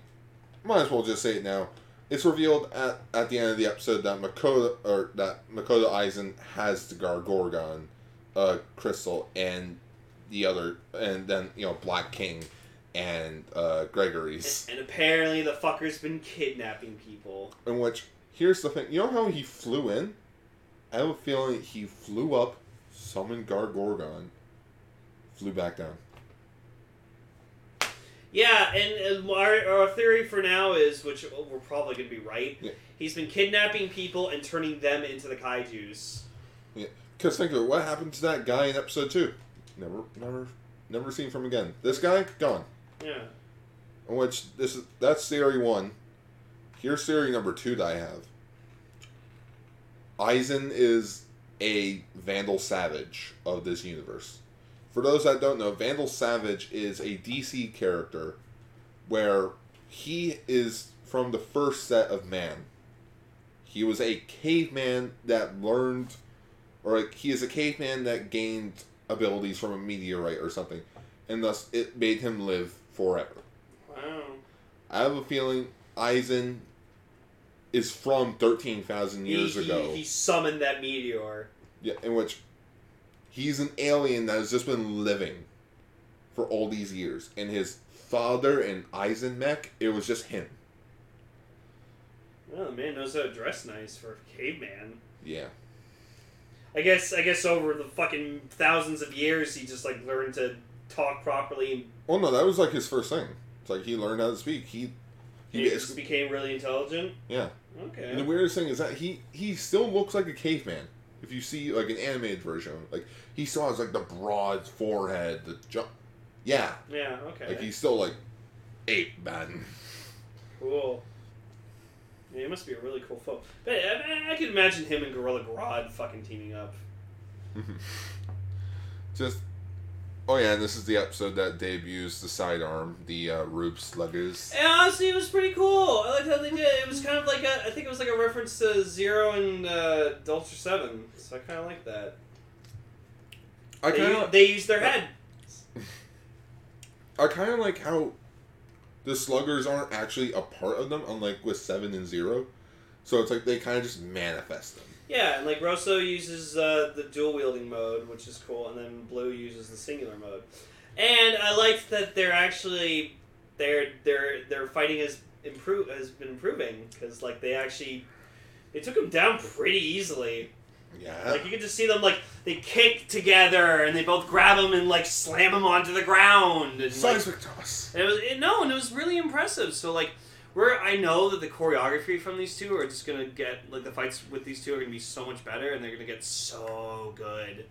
[SPEAKER 1] Might as well just say it now. It's revealed at, at the end of the episode that Makoto or that Makoto Eisen has the Gargorgon uh, crystal and the other and then you know Black King and uh, Gregory's.
[SPEAKER 2] And apparently the fucker's been kidnapping people.
[SPEAKER 1] In which here's the thing. You know how he flew in? I have a feeling he flew up, summoned Gargorgon, flew back down.
[SPEAKER 2] Yeah, and uh, our, our theory for now is, which we're probably going to be right,
[SPEAKER 1] Yeah.
[SPEAKER 2] he's been kidnapping people and turning them into the kaijus.
[SPEAKER 1] Because think of it, what happened to that guy in episode two? Never, never, never seen from again. This guy gone.
[SPEAKER 2] Yeah.
[SPEAKER 1] In which this is that's theory one. Here's theory number two that I have. Eisen is a Vandal Savage of this universe. For those that don't know, Vandal Savage is a DC character where he is from the first set of man. He was a caveman that learned, or like, he is a caveman that gained abilities from a meteorite or something, and thus it made him live forever.
[SPEAKER 2] Wow.
[SPEAKER 1] I have a feeling Eisen is from 13,000
[SPEAKER 2] He-
[SPEAKER 1] years
[SPEAKER 2] he,
[SPEAKER 1] ago.
[SPEAKER 2] He summoned that meteor.
[SPEAKER 1] yeah, in which he's an alien that has just been living for all these years. And his father and Eisen mech, it was just him.
[SPEAKER 2] Well, the man knows how to dress nice for a caveman.
[SPEAKER 1] Yeah.
[SPEAKER 2] I guess I guess over the fucking thousands of years, he just like learned to talk properly and
[SPEAKER 1] Well, no, that was like his first thing. It's like he learned how to speak. He, he,
[SPEAKER 2] he
[SPEAKER 1] it's-
[SPEAKER 2] just became really intelligent.
[SPEAKER 1] yeah. And the
[SPEAKER 2] Okay.
[SPEAKER 1] weirdest thing is that he he still looks like a caveman. If you see like an animated version, like he still has like the broad forehead, the jump. Yeah,
[SPEAKER 2] Yeah. Okay.
[SPEAKER 1] Like he's still like ape man.
[SPEAKER 2] Cool. Yeah, it must be a really cool foe. But I, I, I can imagine him and Gorilla Grodd fucking teaming up.
[SPEAKER 1] Just oh yeah, and this is the episode that debuts the sidearm, the uh, Rube Sluggers.
[SPEAKER 2] And honestly, it was pretty cool. I liked how they did. it. It was kind of like a, I think it was like a reference to Zero and uh, Ultra Seven. So I kind of like that.
[SPEAKER 1] I
[SPEAKER 2] they,
[SPEAKER 1] kind
[SPEAKER 2] u-
[SPEAKER 1] of
[SPEAKER 2] they used their head.
[SPEAKER 1] I kind of like how the Sluggers aren't actually a part of them, unlike with Seven and Zero. So it's like they kind of just manifest them.
[SPEAKER 2] Yeah, and like Rosso uses uh, the dual wielding mode, which is cool, and then Blue uses the singular mode. And I liked that they're actually their their their fighting has improve has been improving because like they actually they took him down pretty easily.
[SPEAKER 1] Yeah.
[SPEAKER 2] Like you could just see them like they kick together and they both grab him and like slam him onto the ground. And, like,
[SPEAKER 1] Seismic toss.
[SPEAKER 2] and it was it, no, and it was really impressive. So like, where I know that the choreography from these two are just gonna get like the fights with these two are gonna be so much better, and they're gonna get so good.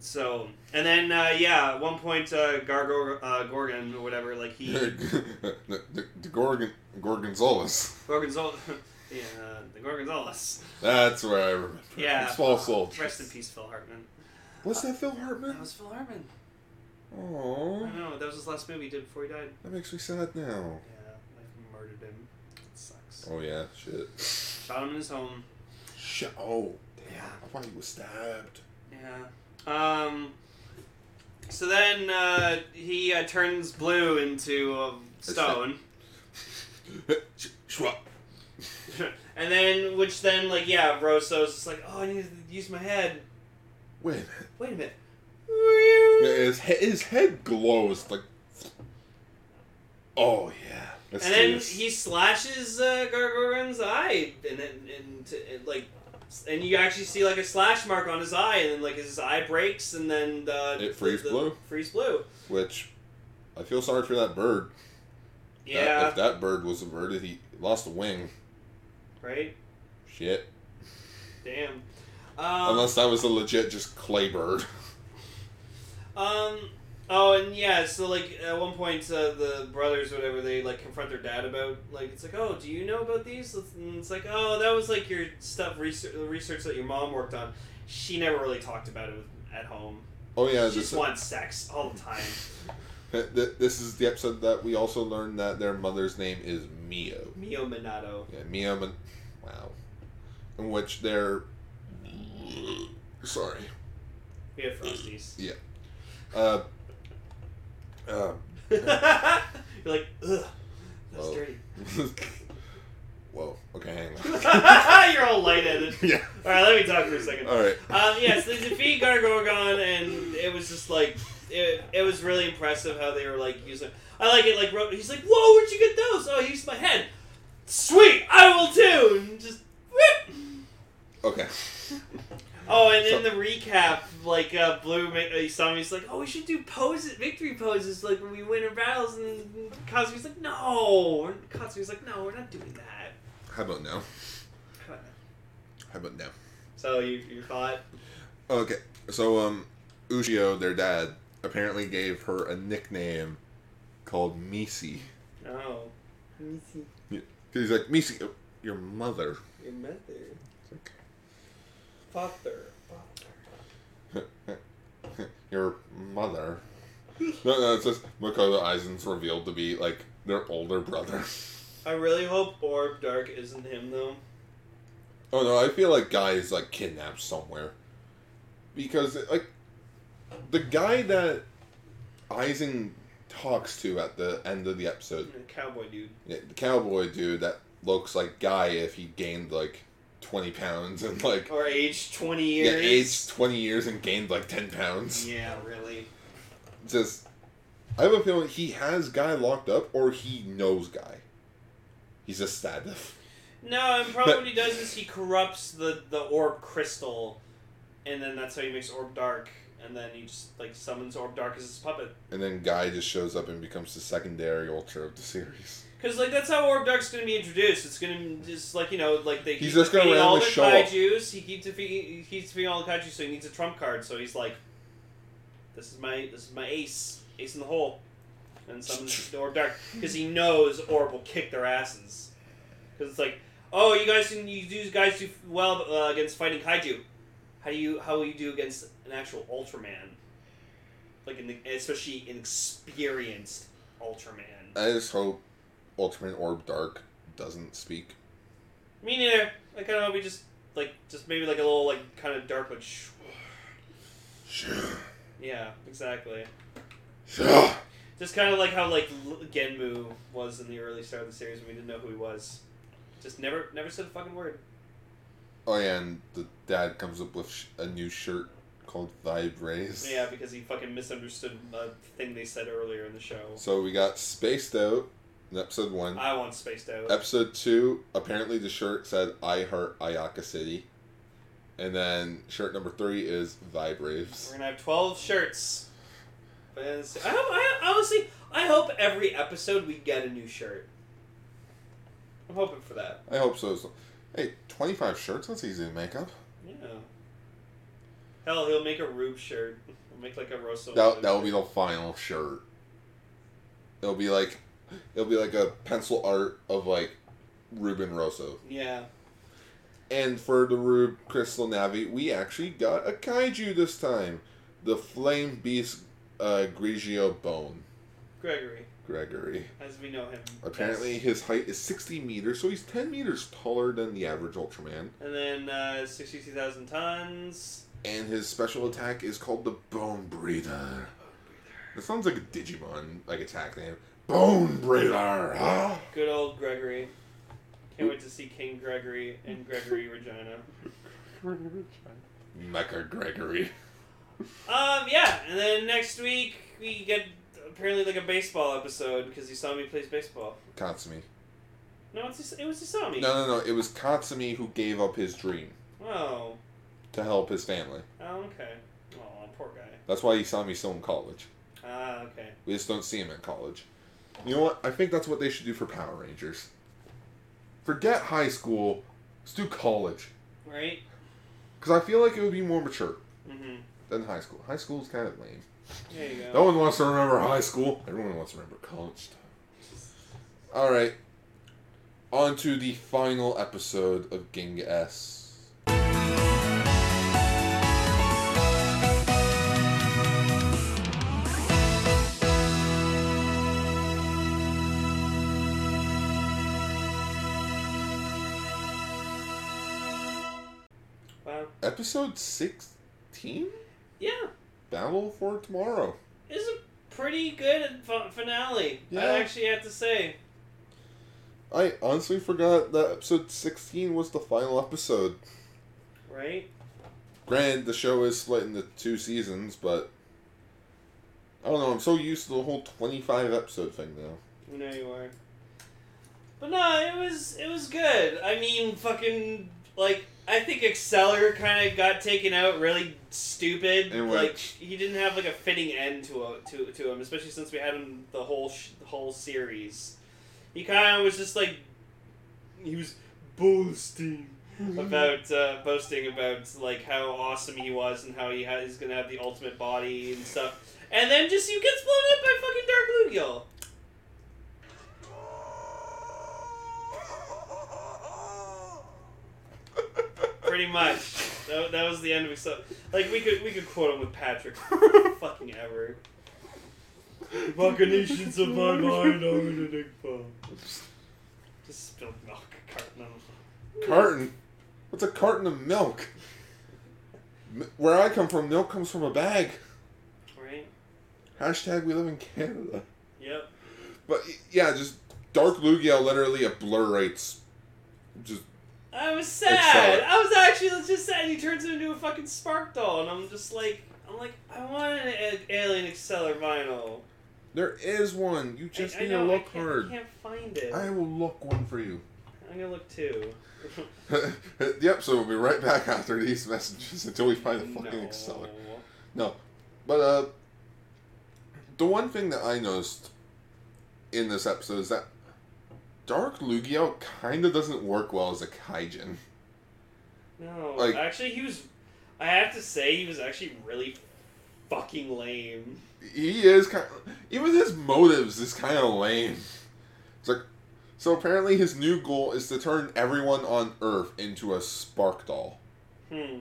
[SPEAKER 2] So and then uh, yeah, at one point uh, Gargo uh, Gorgon or whatever, like he
[SPEAKER 1] the, the, the Gorgon Gorgonzolas.
[SPEAKER 2] Gorgonzola, yeah, the Gorgonzolas.
[SPEAKER 1] That's where I remember.
[SPEAKER 2] Yeah,
[SPEAKER 1] Small soul.
[SPEAKER 2] Rest in peace, Phil Hartman.
[SPEAKER 1] What's that, Phil Hartman?
[SPEAKER 2] That was Phil Hartman. I
[SPEAKER 1] Oh,
[SPEAKER 2] don't know that was his last movie he did before he died.
[SPEAKER 1] that makes me sad now.
[SPEAKER 2] Yeah, I murdered him. It sucks.
[SPEAKER 1] Oh yeah, shit.
[SPEAKER 2] Shot him in his home.
[SPEAKER 1] Shit. Oh, damn.
[SPEAKER 2] Yeah.
[SPEAKER 1] I thought he was stabbed.
[SPEAKER 2] Yeah. Um, So then uh, he uh, turns blue into um, stone,
[SPEAKER 1] Sh- shwa.
[SPEAKER 2] and then which then like yeah, Rosso's just like, oh, I need to use my head.
[SPEAKER 1] Wait a minute.
[SPEAKER 2] Wait a minute.
[SPEAKER 1] Yeah, His, he- his head glows like. Oh yeah. Let's
[SPEAKER 2] And
[SPEAKER 1] do
[SPEAKER 2] then
[SPEAKER 1] this.
[SPEAKER 2] he slashes uh, Gargoran's eye, and then and, t- and like, s- and you actually see like a slash mark on his eye, and then like his eye breaks, and then the,
[SPEAKER 1] It frees
[SPEAKER 2] the- the-
[SPEAKER 1] blue.
[SPEAKER 2] frees blue.
[SPEAKER 1] Which, I feel sorry for that bird. That-
[SPEAKER 2] Yeah,
[SPEAKER 1] if that bird was averted, he lost a wing.
[SPEAKER 2] right.
[SPEAKER 1] Shit.
[SPEAKER 2] Damn. Um,
[SPEAKER 1] Unless that was a legit just clay bird.
[SPEAKER 2] Um. Oh, and yeah. So like at one point, uh, the brothers, whatever, they like confront their dad about like it's like, oh, do you know about these? And it's like, oh, that was like your stuff research, research that your mom worked on. She never really talked about it with, at home.
[SPEAKER 1] Oh yeah.
[SPEAKER 2] She
[SPEAKER 1] This,
[SPEAKER 2] just wants sex all the time.
[SPEAKER 1] th- this is the episode that we also learned that their mother's name is Mio.
[SPEAKER 2] Mio Minato.
[SPEAKER 1] Yeah, Mia Man- wow. In which they're sorry.
[SPEAKER 2] We have frosties.
[SPEAKER 1] Uh, uh,
[SPEAKER 2] You're like, ugh, that's
[SPEAKER 1] Whoa.
[SPEAKER 2] dirty.
[SPEAKER 1] whoa. Okay, hang on.
[SPEAKER 2] You're all lightheaded.
[SPEAKER 1] yeah.
[SPEAKER 2] All right, let me talk for a second.
[SPEAKER 1] All right.
[SPEAKER 2] Um, yes, they defeat Gargorgon, and it was just like it, it was really impressive how they were like using. I like it. Like Ro- he's like, "Whoa, where'd you get those?" Oh, he used my head. Sweet, I will too. And just whip.
[SPEAKER 1] Okay.
[SPEAKER 2] Oh, and in the recap, like uh, Blue, ma- uh, he saw me. He's like, "Oh, we should do poses, victory poses, like when we win our battles." And Cosby's like, "No." And Cosby's like, "No, we're not doing that."
[SPEAKER 1] How about now? How about now?
[SPEAKER 2] So you you thought
[SPEAKER 1] Okay. So um, Ushio, their dad, apparently gave her a nickname called Misi.
[SPEAKER 2] Oh, let me see
[SPEAKER 1] He's like Misi, uh, your mother.
[SPEAKER 2] your mother. Father. Father.
[SPEAKER 1] your mother. No, no, it's just Makoto Aizen's revealed to be like their older brother.
[SPEAKER 2] I really hope Orb Dark isn't him though.
[SPEAKER 1] Oh no, I feel like guy is like kidnapped somewhere. Because like the guy that Aizen talks to at the end of the episode,
[SPEAKER 2] The cowboy dude.
[SPEAKER 1] yeah, the cowboy dude that looks like guy if he gained like twenty pounds and like
[SPEAKER 2] Or age twenty
[SPEAKER 1] yeah,
[SPEAKER 2] Oh, years.
[SPEAKER 1] aged twenty years and gained like ten pounds.
[SPEAKER 2] Yeah, really.
[SPEAKER 1] Just I have a feeling he has guy locked up or he knows guy. He's a stab.
[SPEAKER 2] No, and probably what he does is he corrupts the, the orb crystal and then that's how he makes Orb Dark and then he just like summons Orb Dark as his puppet.
[SPEAKER 1] And then Guy just shows up and becomes the secondary ultra of the series.
[SPEAKER 2] Because like that's how Orb Dark's gonna be introduced. It's gonna just like you know like they
[SPEAKER 1] He's
[SPEAKER 2] keep
[SPEAKER 1] just gonna
[SPEAKER 2] defeating all the
[SPEAKER 1] randomly show up.
[SPEAKER 2] kaiju's. He keeps defeating he keeps defeating all the kaiju, so he needs a trump card. So he's like, this is my this is my ace ace in the hole, and summons the Orb Dark because he knows Orb will kick their asses. Because it's like, oh, you guys can you do guys do well uh, against fighting kaiju. How do you how will you do against an actual Ultraman? Like an, especially an experienced Ultraman.
[SPEAKER 1] I just hope Ultraman Orb Dark doesn't speak.
[SPEAKER 2] Me neither. I kind of hope he just like just maybe like a little like kind of dark like. Sh-
[SPEAKER 1] Oh,
[SPEAKER 2] yeah, exactly. Just kind of like how like L- Genmu was in the early start of the series when we didn't know who he was. Just never never said a fucking word.
[SPEAKER 1] Oh yeah, and the dad comes up with sh- a new shirt called Vibe Rays.
[SPEAKER 2] Yeah, because he fucking misunderstood a thing they said earlier in the show.
[SPEAKER 1] So we got Spaced Out in episode one.
[SPEAKER 2] I want spaced out.
[SPEAKER 1] episode two, apparently the shirt said I Heart Ayaka City. And then shirt number three is Vibe Raves.
[SPEAKER 2] We're gonna have twelve shirts. But it's- I hope. I honestly, I hope every episode we get a new shirt. I'm hoping for that.
[SPEAKER 1] I hope so. so. Hey, 25 shirts? That's easy to make up.
[SPEAKER 2] Yeah. Hell, he'll make a Rube shirt. He'll make like a Rosso.
[SPEAKER 1] That that'll be the final shirt. It'll be like it'll be like a pencil art of like Ruben Rosso.
[SPEAKER 2] Yeah.
[SPEAKER 1] And for the Rube Crystal Navi, we actually got a kaiju this time. The Flame Beast uh, Grigio Bone
[SPEAKER 2] Gregory,
[SPEAKER 1] Gregory.
[SPEAKER 2] as we know him.
[SPEAKER 1] Apparently his height is 60 meters, so he's 10 meters taller than the average Ultraman.
[SPEAKER 2] best. And then uh, 62,000 tons.
[SPEAKER 1] And his special attack is called the Bone Breather. It sounds like a Digimon like attack name. Bone Breeder. Ah.
[SPEAKER 2] Good old Gregory. Can't wait to see King Gregory and Gregory Regina.
[SPEAKER 1] Mecha Gregory.
[SPEAKER 2] Um, yeah, and then next week we get apparently like a baseball episode because Usami plays baseball.
[SPEAKER 1] Katsumi.
[SPEAKER 2] No, it's Us- it was Usami.
[SPEAKER 1] No, no, no. It was Katsumi who gave up his dream
[SPEAKER 2] Oh,
[SPEAKER 1] to help his family.
[SPEAKER 2] oh, okay. Oh, poor guy.
[SPEAKER 1] That's why Usami's still in college.
[SPEAKER 2] Ah, okay.
[SPEAKER 1] We just don't see him in college. You know what? I think that's what they should do for Power Rangers. Forget high school. Let's do college.
[SPEAKER 2] Right?
[SPEAKER 1] Because I feel like it would be more mature
[SPEAKER 2] Mm-hmm.
[SPEAKER 1] than high school. High school's kind of lame.
[SPEAKER 2] There you go.
[SPEAKER 1] No one wants to remember high school. Everyone wants to remember college time. All right. On to the final episode of Ginga S.
[SPEAKER 2] Wow.
[SPEAKER 1] Episode 16?
[SPEAKER 2] Yeah,
[SPEAKER 1] Battle for Tomorrow.
[SPEAKER 2] it was a pretty good fi- finale.
[SPEAKER 1] Yeah.
[SPEAKER 2] I actually have to say.
[SPEAKER 1] I honestly forgot that episode 16 was the final episode.
[SPEAKER 2] Right?
[SPEAKER 1] Granted, the show is split into two seasons, but. I don't know, I'm so used to the whole 25 episode thing now.
[SPEAKER 2] You know you are. But no, it was it was good. I mean, fucking like I think Exceller kind of got taken out really stupid.
[SPEAKER 1] In
[SPEAKER 2] like
[SPEAKER 1] which-
[SPEAKER 2] he didn't have like a fitting end to a, to to him, especially since we had him the whole sh- the whole series. He kind of was just like he was boasting about uh, boasting about like how awesome he was and how he has, he's gonna have the ultimate body and stuff. And then just you gets blown up by fucking Dark Lugiel. Pretty much. That, that was the end of it. So, like we could we could quote him with Patrick fucking ever. Machinations of my mind are in an ink pile. Just spilled milk carton on
[SPEAKER 1] Carton? What's a carton of milk? M- Where I come from, milk comes from a bag.
[SPEAKER 2] Right?
[SPEAKER 1] Hashtag we live in Canada.
[SPEAKER 2] Yep.
[SPEAKER 1] But y- yeah, just Dark Lugia literally obliterates. Just
[SPEAKER 2] I was
[SPEAKER 1] Exceller.
[SPEAKER 2] sad. I was actually just sad. He turns him into a fucking spark doll, and I'm just like, I'm like, I want an a- alien Exceller vinyl.
[SPEAKER 1] there is one. You just
[SPEAKER 2] I, I
[SPEAKER 1] need
[SPEAKER 2] know,
[SPEAKER 1] to
[SPEAKER 2] I
[SPEAKER 1] look
[SPEAKER 2] can't, I
[SPEAKER 1] hard.
[SPEAKER 2] can't find it.
[SPEAKER 1] I
[SPEAKER 2] I'm,
[SPEAKER 1] will look one for you.
[SPEAKER 2] gonna look too.
[SPEAKER 1] the episode will be right back after these messages until we find the fucking
[SPEAKER 2] No.
[SPEAKER 1] Exceller. No, but uh, the one thing that I noticed in this episode is that Dark Lugia kind of doesn't work well as a Kaijin.
[SPEAKER 2] No,
[SPEAKER 1] Like-
[SPEAKER 2] actually, he was. I have to say, he was actually really fucking lame.
[SPEAKER 1] he is kind even his motives is kind of lame. It's like so apparently his new goal is to turn everyone on Earth into a spark doll
[SPEAKER 2] Hmm.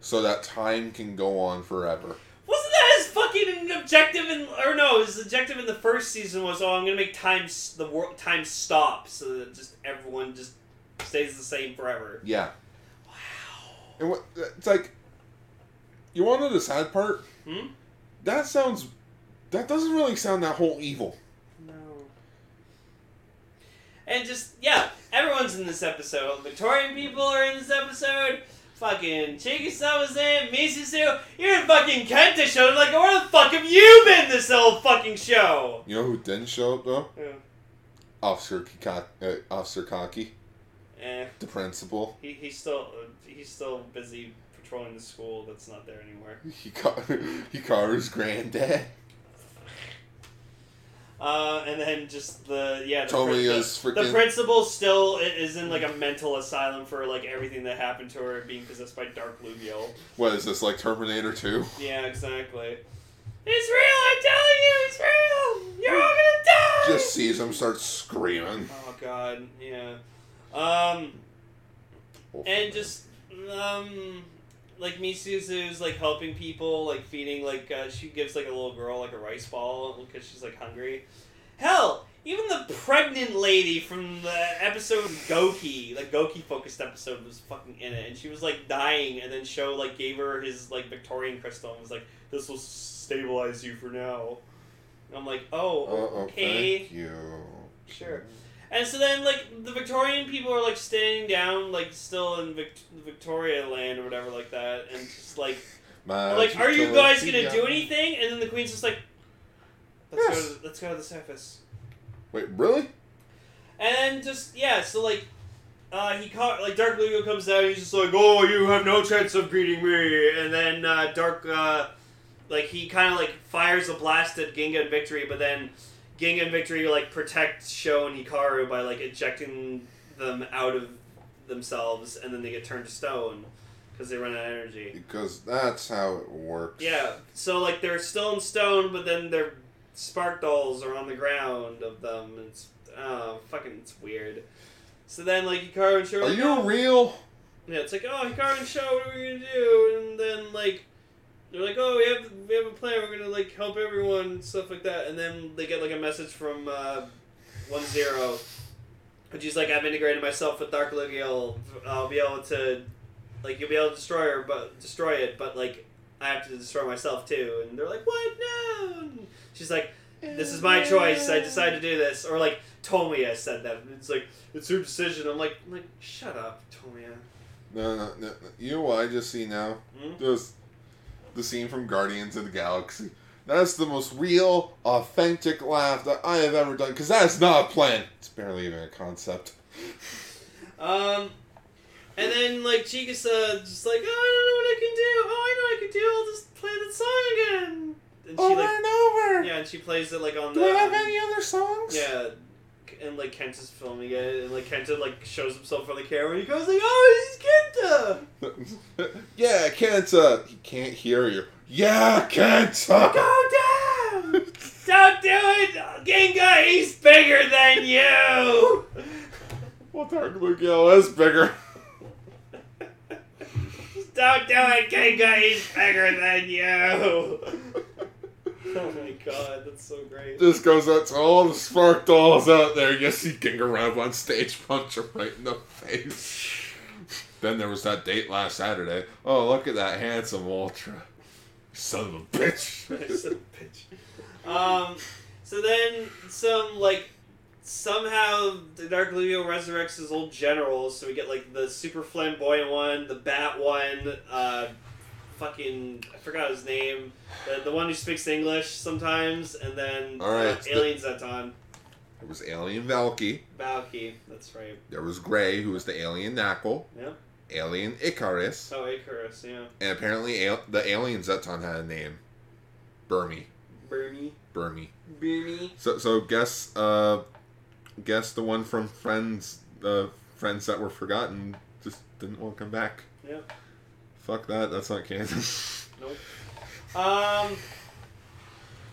[SPEAKER 1] so that time can go on forever.
[SPEAKER 2] Wasn't that his fucking objective? In or no, his objective in the first season was, oh, I'm gonna make time s- the world time stop so that just everyone just stays the same forever.
[SPEAKER 1] Yeah. Wow. And what it's like you want to know the sad part?
[SPEAKER 2] Hmm?
[SPEAKER 1] That sounds that doesn't really sound that whole evil.
[SPEAKER 2] No. And just yeah, everyone's in this episode. Victorian people are in this episode. Fucking Chigisawa's in, Misusu, you're in fucking Kenta show. Like, where the fuck have you been this whole fucking show?
[SPEAKER 1] You know who didn't show up though?
[SPEAKER 2] Yeah.
[SPEAKER 1] Officer Kika uh, Officer Kaki,
[SPEAKER 2] Eh,
[SPEAKER 1] the principal.
[SPEAKER 2] he, he's still uh, he's still busy patrolling the school that's not there anymore.
[SPEAKER 1] He caught he caught his granddad.
[SPEAKER 2] Uh, and then just the yeah, the,
[SPEAKER 1] Totally
[SPEAKER 2] the-
[SPEAKER 1] is
[SPEAKER 2] the,
[SPEAKER 1] freaking-
[SPEAKER 2] principal still i- is in like a mental asylum for like everything that happened to her being possessed by Dark Lugiel.
[SPEAKER 1] What is this like Terminator Two?
[SPEAKER 2] Yeah, exactly. It's real, I'm telling you, it's real. You're all gonna die.
[SPEAKER 1] Just sees him, starts screaming.
[SPEAKER 2] Oh God, yeah. Um, and just um, like Misuzu's like helping people, like feeding, like uh, she gives like a little girl like a rice ball because she's like hungry. Hell, even the pregnant lady from the episode with Goki, the Goki focused episode, was fucking in it, and she was like dying, and then Show like gave her his like Victorian crystal and was like, "This will stabilize you for now." I'm like, oh,
[SPEAKER 1] Uh-oh,
[SPEAKER 2] okay.
[SPEAKER 1] thank you.
[SPEAKER 2] Sure. And so then, like, the Victorian people are, like, standing down, like, still in Vic- Victoria land or whatever, like that, and just, like,
[SPEAKER 1] My
[SPEAKER 2] I'm like, are you guys gonna do
[SPEAKER 1] tortilla.
[SPEAKER 2] anything? And then the queen's just like, let's,
[SPEAKER 1] Yes.
[SPEAKER 2] go, to, let's go to the surface.
[SPEAKER 1] Wait, really?
[SPEAKER 2] And then just, yeah, so, like, uh, he caught, like, Dark Lugo comes down, he's just like, oh, you have no chance of beating me. And then, uh, Dark, uh, like, he kind of, like, fires a blast at Ginga and Victory, but then Ginga and Victory, like, protect Sho and Hikaru by, like, ejecting them out of themselves, and then they get turned to stone because they run out of energy.
[SPEAKER 1] Because that's how it works.
[SPEAKER 2] Yeah. So like they're still in stone, but then their spark dolls are on the ground of them. And it's oh fucking it's weird. So then like Hikaru and Sho.
[SPEAKER 1] Are
[SPEAKER 2] like,
[SPEAKER 1] you
[SPEAKER 2] "Oh."
[SPEAKER 1] real?
[SPEAKER 2] Yeah, it's like oh Hikaru and Sho, what are we gonna do? And then like they're like oh we have we have a plan. We're gonna like help everyone and stuff like that. And then they get like a message from uh, One Zero, which is like I've integrated myself with Dark Lugiel. I'll be able to like you'll be able to destroy her, but destroy it. But like I have to destroy myself too. And they're like, what? No. And she's like, this is my choice. I decided to do this. Or like Tomiya said that. And it's like it's her decision. I'm like, I'm like shut up, Tomiya.
[SPEAKER 1] No, no, no. no. You know what I just see now?
[SPEAKER 2] Hmm?
[SPEAKER 1] Just the scene from Guardians of the Galaxy. That's the most real, authentic laugh that I have ever done. Because that's not a plan. It's barely even a concept.
[SPEAKER 2] Um, and then like Chigusa just like, oh, I don't know what I can do. Oh, I know I can do. I'll just play that song again. And she
[SPEAKER 1] Over
[SPEAKER 2] like,
[SPEAKER 1] and over.
[SPEAKER 2] yeah, and she plays it like on
[SPEAKER 1] Do
[SPEAKER 2] the. um,
[SPEAKER 1] I have any other songs?
[SPEAKER 2] Yeah, and like Kenta's filming it, and like Kenta like shows himself on the camera, and he goes like, "Oh, this is Kenta!"
[SPEAKER 1] yeah, Kent. Uh, he can't hear you. Yeah, Kent. uh.
[SPEAKER 2] Go down! Don't do it, Ginga. He's bigger than you.
[SPEAKER 1] well, Dark Lugiel is bigger.
[SPEAKER 2] Don't do it, Ginga. He's bigger than you. Oh my god, that's so great.
[SPEAKER 1] This goes out to all the spark dolls out there. You see Gingarab on stage, punch him right in the face. then there was that date last Saturday. Oh, look at that handsome Ultra. Son of a bitch.
[SPEAKER 2] bitch. Um, so then some like somehow the Dark Leo resurrects his old generals, so we get like the super flamboyant one, the bat one, uh, fucking I forgot his name, the, the one who speaks English sometimes, and then
[SPEAKER 1] All right,
[SPEAKER 2] uh,
[SPEAKER 1] it's the-
[SPEAKER 2] Alien Zeton,
[SPEAKER 1] there was Alien Valky.
[SPEAKER 2] Valky, that's right.
[SPEAKER 1] There was Gray, who was the Alien Knuckle.
[SPEAKER 2] Yeah.
[SPEAKER 1] Alien Icarus.
[SPEAKER 2] Oh, Icarus, yeah,
[SPEAKER 1] And apparently al- the alien Zeton had a name. Burmy.
[SPEAKER 2] Burmy,
[SPEAKER 1] Burmy.
[SPEAKER 2] Burmy.
[SPEAKER 1] So so guess uh guess the one from Friends the friends that were forgotten just didn't want to come back.
[SPEAKER 2] Yeah.
[SPEAKER 1] Fuck that, that's not canon.
[SPEAKER 2] Um.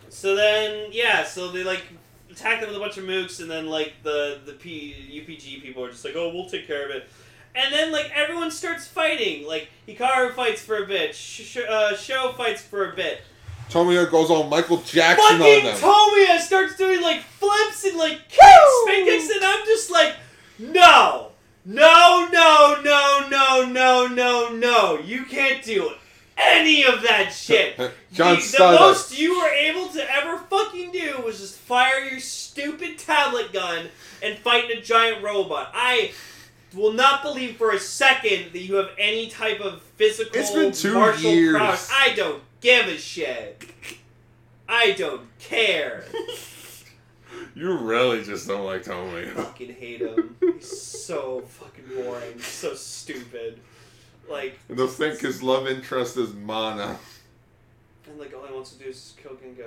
[SPEAKER 2] So then, yeah. So they like attack them with a bunch of mooks, and then like the the P, UPG people are just like, "Oh, we'll take care of it." And then like everyone starts fighting. Like Hikaru fights for a bit. Sh- Sh- uh, Sho fights for a bit.
[SPEAKER 1] Tomio goes all Michael Jackson on
[SPEAKER 2] Fucking
[SPEAKER 1] them.
[SPEAKER 2] Tomiya starts doing like flips and like kicks, spin kicks, and I'm just like, no, no, no, no, no, no, no, no. You can't do any of that shit.
[SPEAKER 1] John
[SPEAKER 2] the, the
[SPEAKER 1] Stardust.
[SPEAKER 2] most you were able to ever fucking do was just fire your stupid tablet gun and fight a giant robot. I will not believe for a second that you have any type of physical
[SPEAKER 1] It's been two
[SPEAKER 2] martial
[SPEAKER 1] years.
[SPEAKER 2] prowess. I don't give a shit. I don't care.
[SPEAKER 1] you really just don't like Tomio.
[SPEAKER 2] fucking hate him. He's so fucking boring. So stupid. Like
[SPEAKER 1] And they'll think his love interest is Mana.
[SPEAKER 2] And like all he wants to do is kill Ginga.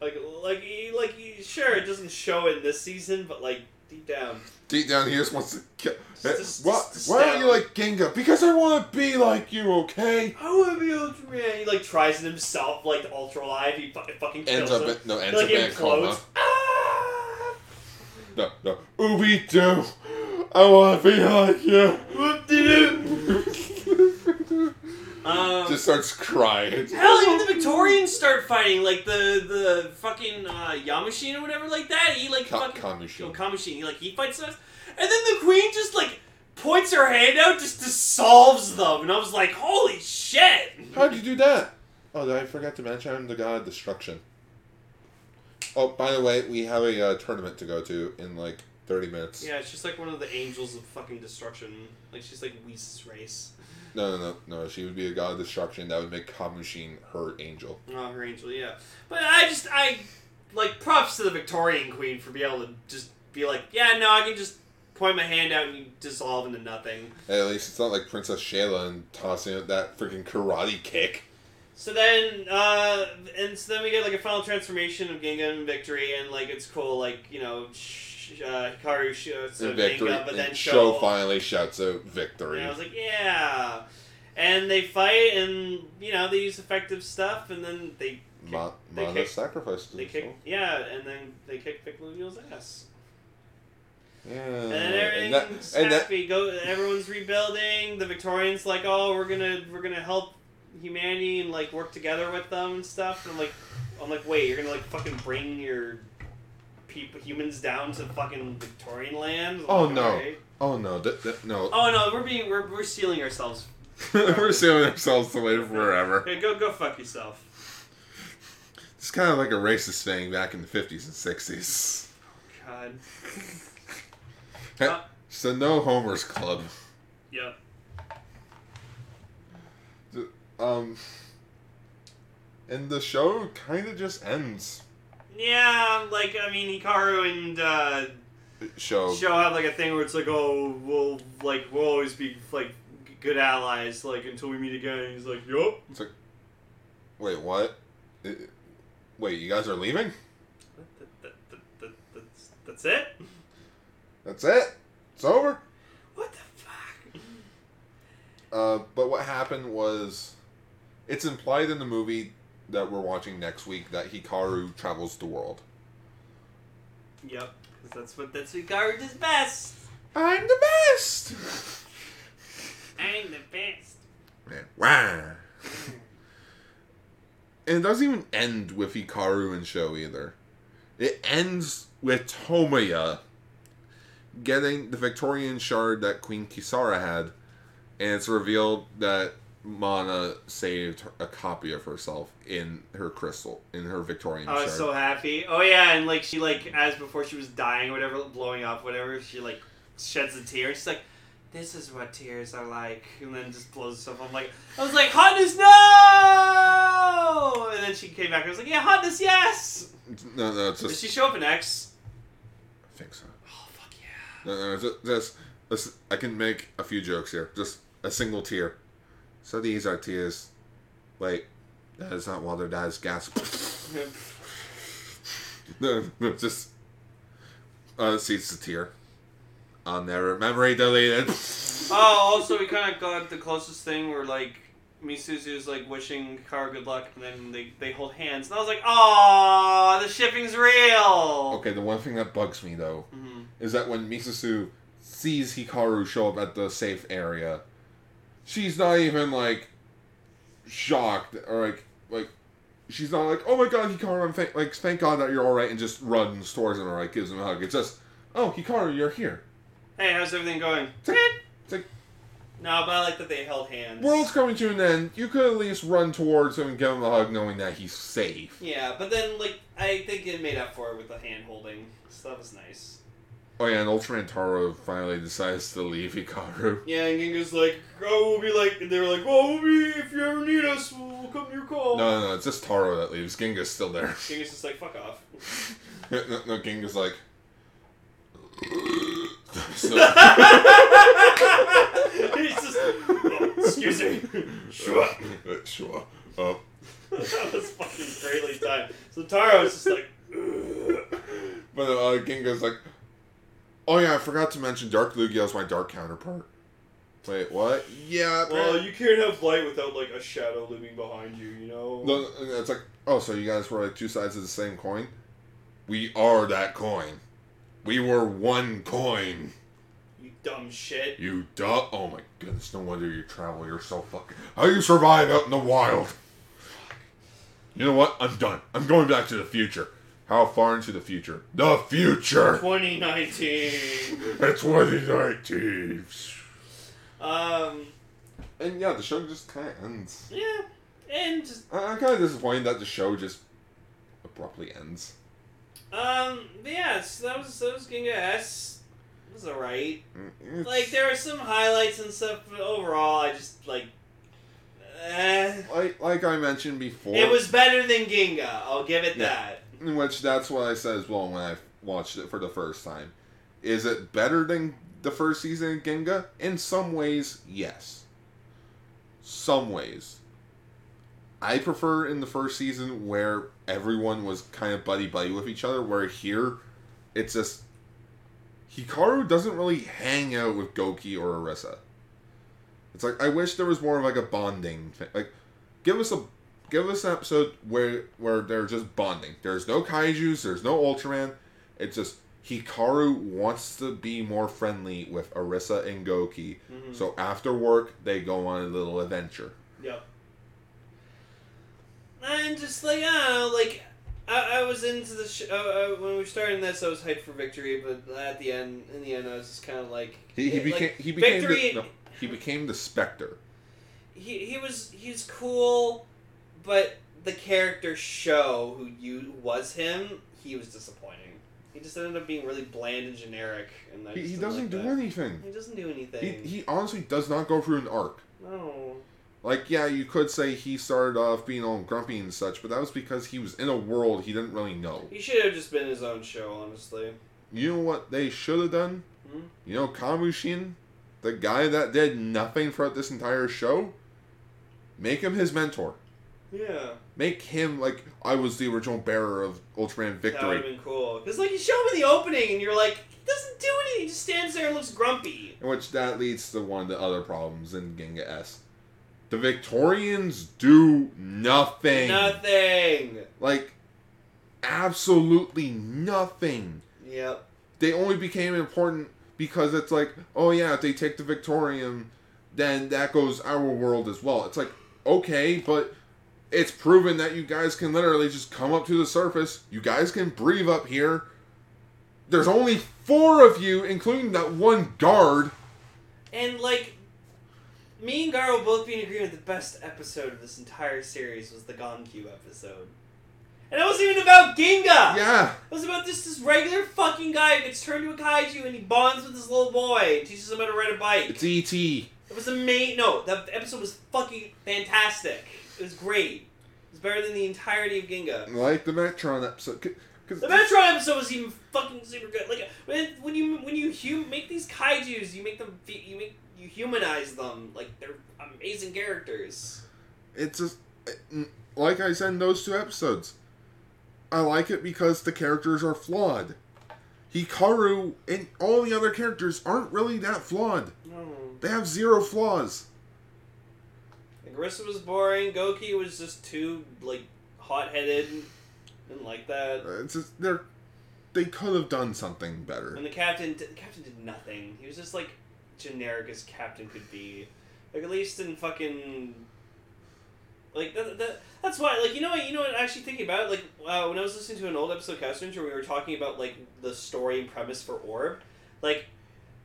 [SPEAKER 2] Like like he, like he, sure it doesn't show in this season, but like deep down.
[SPEAKER 1] Deep down, he just wants to kill.
[SPEAKER 2] Just-
[SPEAKER 1] why,
[SPEAKER 2] just
[SPEAKER 1] why are
[SPEAKER 2] down.
[SPEAKER 1] you like Ginga? Because I want to be like you, okay?
[SPEAKER 2] I want to be Ultraman. He like tries it himself, like Ultra Live. He fu- fucking kills
[SPEAKER 1] Ends up
[SPEAKER 2] him.
[SPEAKER 1] in, no,
[SPEAKER 2] He,
[SPEAKER 1] ends
[SPEAKER 2] like
[SPEAKER 1] up in a coma.
[SPEAKER 2] implodes. Ah!
[SPEAKER 1] No, no. Ooby doo. I want to be like you.
[SPEAKER 2] Um,
[SPEAKER 1] Just starts crying.
[SPEAKER 2] Hell, even the Victorians start fighting, like the the fucking uh, Yamashin or whatever, like that. He like
[SPEAKER 1] Ka-
[SPEAKER 2] fucking
[SPEAKER 1] Kamushin.
[SPEAKER 2] Oh, Kamushin. He like he fights us, and then the queen just like points her hand out, just dissolves them, and I was like, holy shit!
[SPEAKER 1] How'd you do that? Oh, I forgot to mention I'm the god of destruction. Oh, by the way, we have a uh, tournament to go to in like 30 minutes.
[SPEAKER 2] Yeah, she's like one of the angels of fucking destruction. Like she's like Whis' race.
[SPEAKER 1] No, no, no, no. She would be a god of destruction. That would make Kamushin her angel.
[SPEAKER 2] Oh, her angel, yeah. But I just I like props to the Victorian queen for being able to just be like, yeah, no, I can just point my hand out and you dissolve into nothing.
[SPEAKER 1] At least it's not like Princess Shayla and tossing out that freaking karate kick.
[SPEAKER 2] So then, uh, and so then we get like a final transformation of Gingham and Victory, and like it's cool, like you know, sh- uh, Hikaru shoots
[SPEAKER 1] And
[SPEAKER 2] of
[SPEAKER 1] victory.
[SPEAKER 2] Gingham, but then
[SPEAKER 1] and Show
[SPEAKER 2] Sho-
[SPEAKER 1] finally shouts out victory.
[SPEAKER 2] And I was like, yeah. And they fight, and you know they use effective stuff, and then they
[SPEAKER 1] Ma-
[SPEAKER 2] they
[SPEAKER 1] Mana
[SPEAKER 2] kick-
[SPEAKER 1] sacrifices
[SPEAKER 2] they kick
[SPEAKER 1] himself.
[SPEAKER 2] yeah, and then they kick Vic Lugniel's ass.
[SPEAKER 1] Yeah.
[SPEAKER 2] And then
[SPEAKER 1] And that-
[SPEAKER 2] everything's
[SPEAKER 1] and that-
[SPEAKER 2] happy. Go. Everyone's rebuilding. The Victorians like, oh, we're gonna we're gonna help humanity and like work together with them and stuff. And I'm like, I'm like, wait, you're gonna like fucking bring your people humans down to fucking Victorian land? I'm
[SPEAKER 1] Oh,
[SPEAKER 2] like,
[SPEAKER 1] no.
[SPEAKER 2] "Alright."
[SPEAKER 1] oh no, th- th- no.
[SPEAKER 2] Oh no, we're being we're, we're stealing ourselves.
[SPEAKER 1] We're sailing ourselves away forever.
[SPEAKER 2] Okay, go go fuck yourself.
[SPEAKER 1] It's kind of like a racist thing back in the 50s and 60s.
[SPEAKER 2] God. Uh,
[SPEAKER 1] Heh, so no Homer's Club.
[SPEAKER 2] Yep.
[SPEAKER 1] Um, and the show kind of just ends.
[SPEAKER 2] Yeah, like I mean, Hikaru and uh,
[SPEAKER 1] Show.
[SPEAKER 2] she'll have like a thing where it's like, oh, we'll like we'll always be like good allies, like until we meet again. And he's like, yup.
[SPEAKER 1] Wait, what? It- Wait, you guys are leaving?
[SPEAKER 2] That- that- that- that- That's, that's it.
[SPEAKER 1] That's it. It's over.
[SPEAKER 2] What the fuck?
[SPEAKER 1] Uh, but what happened was, it's implied in the movie that we're watching next week that Hikaru travels the world.
[SPEAKER 2] Yep, because that's what that's what Hikaru does best.
[SPEAKER 1] I'm the best.
[SPEAKER 2] I'm the best.
[SPEAKER 1] Man, wow. And it doesn't even end with Hikaru and Sho either. It ends with Tomoya getting the Victorian shard that Queen Kisara had, and it's revealed that Mana saved her- a copy of herself in her crystal, in her Victorian
[SPEAKER 2] I
[SPEAKER 1] shard.
[SPEAKER 2] was so happy. Oh yeah, and like she like as before she was dying, or whatever, blowing up, whatever. She like sheds a tear. She's like, "This is what tears are like," and then just blows herself. I'm like, I was like, "Hotness, no!" And then she came back. I was like, "Yeah, hotness, yes."
[SPEAKER 1] no, no, it's
[SPEAKER 2] Does
[SPEAKER 1] just.
[SPEAKER 2] she show up in X?
[SPEAKER 1] I think so.
[SPEAKER 2] Oh fuck yeah!
[SPEAKER 1] No, no, just, just, just. I can make a few jokes here. Just a single tear. So these are tears. Wait, that is not water. That is gas. no, no, just. Uh, cease the tear. I'll never memory deleted.
[SPEAKER 2] oh, also we kind of got the closest thing where like. Misuzu's like wishing Kara good luck, and then they, they hold hands, and I was like, "Aww, the shipping's real."
[SPEAKER 1] Okay, the one thing that bugs me though
[SPEAKER 2] hmm
[SPEAKER 1] is that when Misasu sees Hikaru show up at the safe area, she's not even like shocked or like like she's not like oh my god Hikaru I'm thank like thank God that you're all right and just runs towards him or like gives him a hug. It's just oh Hikaru you're here.
[SPEAKER 2] Hey, how's everything going?
[SPEAKER 1] It's like, it's like,
[SPEAKER 2] No, but I like that they held hands.
[SPEAKER 1] world's coming to an end. You could at least run towards him and give him a hug, knowing that he's safe.
[SPEAKER 2] Yeah, but then like I think it made up for it with the hand holding. So that was nice.
[SPEAKER 1] Oh yeah, and Ultraman Taro finally decides to leave Hikaru.
[SPEAKER 2] Yeah, and Ginga's like, oh, we'll be like, and they were like, well, we'll be if you ever need us, we'll we'll come to your call.
[SPEAKER 1] No, no, no, it's just Taro that leaves. Ginga's still there.
[SPEAKER 2] Ginga's just like, fuck off.
[SPEAKER 1] No, no, no Ginga's like.
[SPEAKER 2] He's just, "Oh, excuse me. Sure.
[SPEAKER 1] Sure. Uh,
[SPEAKER 2] that was fucking greatly timed. So Taro's just like,
[SPEAKER 1] but uh, Ginga's like, oh yeah, I forgot to mention Dark Lugio's my dark counterpart. Wait, what? Yeah.
[SPEAKER 2] well,
[SPEAKER 1] man.
[SPEAKER 2] you can't have light without like a shadow living behind you, you know.
[SPEAKER 1] No, no, no, it's like, oh, so you guys were like two sides of the same coin? We are that coin. We were one coin.
[SPEAKER 2] You dumb shit.
[SPEAKER 1] You duh. Oh my goodness, no wonder you travel. You're so fucking. How you survive out in the wild? You know what? I'm done. I'm going back to the future. How far into the future? The future!
[SPEAKER 2] 2019.
[SPEAKER 1] It's 2019.
[SPEAKER 2] Um,
[SPEAKER 1] And yeah, the show just kind of ends.
[SPEAKER 2] yeah, and just
[SPEAKER 1] I- I'm kind of disappointed that the show just abruptly ends.
[SPEAKER 2] Um, but yeah, so that was that was Ginga S. It was alright.
[SPEAKER 1] Mm, It's-
[SPEAKER 2] Like there were some highlights and stuff, but overall, I just like. Eh.
[SPEAKER 1] like, like I mentioned before,
[SPEAKER 2] It was better than Ginga. I'll give it that.
[SPEAKER 1] in which that's what I said as well when I watched it for the first time. Is it better than the first season of Genga? In some ways, yes. Some ways. I prefer in the first season where everyone was kind of buddy buddy with each other, where here it's just Hikaru doesn't really hang out with Goki or Arisa. It's like I wish there was more of like a bonding thing. Like give us a give us an episode where where they're just bonding. There's no kaiju's, there's no Ultraman. It's just Hikaru wants to be more friendly with Arisa and Goki.
[SPEAKER 2] Mhm.
[SPEAKER 1] So after work, they go on a little adventure.
[SPEAKER 2] Yep. And just like I don't know, like I, I was into the sh- uh, uh, when we were starting this, I was hyped for victory, but at the end, in the end, I was just kind of like
[SPEAKER 1] He, he
[SPEAKER 2] it- like,
[SPEAKER 1] became he became
[SPEAKER 2] victory.
[SPEAKER 1] the, no, he became the Spectre.
[SPEAKER 2] He he was he's cool, but the character show who you was him, he was disappointing. He just ended up being really bland and generic, and I
[SPEAKER 1] He,
[SPEAKER 2] just
[SPEAKER 1] he
[SPEAKER 2] didn't
[SPEAKER 1] doesn't
[SPEAKER 2] like
[SPEAKER 1] do
[SPEAKER 2] that.
[SPEAKER 1] anything.
[SPEAKER 2] He doesn't do
[SPEAKER 1] He,
[SPEAKER 2] anything.
[SPEAKER 1] he honestly does not go through an arc.
[SPEAKER 2] no.
[SPEAKER 1] Like yeah, you could say he started off being all grumpy and such, but that was because he was in a world he didn't really know.
[SPEAKER 2] He should have just been his own show, honestly.
[SPEAKER 1] You know what they should have done?
[SPEAKER 2] Hmm?
[SPEAKER 1] You know Kamushin, the guy that did nothing throughout this entire show? Make him his mentor.
[SPEAKER 2] Yeah.
[SPEAKER 1] Make him like I was the original bearer of Ultraman
[SPEAKER 2] That would have
[SPEAKER 1] victory.
[SPEAKER 2] been cool. Because, like, you show him in the opening, and you're like, he doesn't do anything. He just stands there and looks grumpy.
[SPEAKER 1] In which that leads to one of the other problems in Genga S. The Victorians do nothing.
[SPEAKER 2] Nothing.
[SPEAKER 1] Like absolutely nothing.
[SPEAKER 2] Yep.
[SPEAKER 1] they only became important because it's like, oh yeah, if they take the Victorium, then that goes our world as well. It's like, okay, but it's proven that you guys can literally just come up to the surface. You guys can breathe up here. There's only four of you, including that one guard.
[SPEAKER 2] And, like, me and Gar will both be in agreement the best episode of this entire series was the Goncube episode. And it wasn't even about Ginga!
[SPEAKER 1] Yeah.
[SPEAKER 2] It was about this, this regular fucking guy who gets turned to a kaiju and he bonds with this little boy and teaches him how to ride a bike.
[SPEAKER 1] It's E E.T.
[SPEAKER 2] It was amazing. No, that episode was fucking fantastic. It was great. It was better than the entirety of Ginga.
[SPEAKER 1] Like the Metron episode. C- Cause
[SPEAKER 2] The Metron episode was even fucking super good. Like when when you when you hum- make these kaiju's, you make them fe- you make you humanize them. Like they're amazing characters.
[SPEAKER 1] it's just like I said in those two episodes. I like it because the characters are flawed. Hikaru and all the other characters aren't really that flawed.
[SPEAKER 2] No,
[SPEAKER 1] They have zero flaws.
[SPEAKER 2] like Arisa was boring. Goki was just too like hot headed. Didn't like that.
[SPEAKER 1] Uh, It's just they're they could have done something
[SPEAKER 2] And
[SPEAKER 1] better.
[SPEAKER 2] the captain, the captain did nothing. He was just like generic as captain could be. Like at least in fucking, like that, that that's why. Like you know what? You know what? Actually thinking about it, like uh, when I was listening to an old episode of Cast Ranger, we were talking about like the story and premise for Orb. Like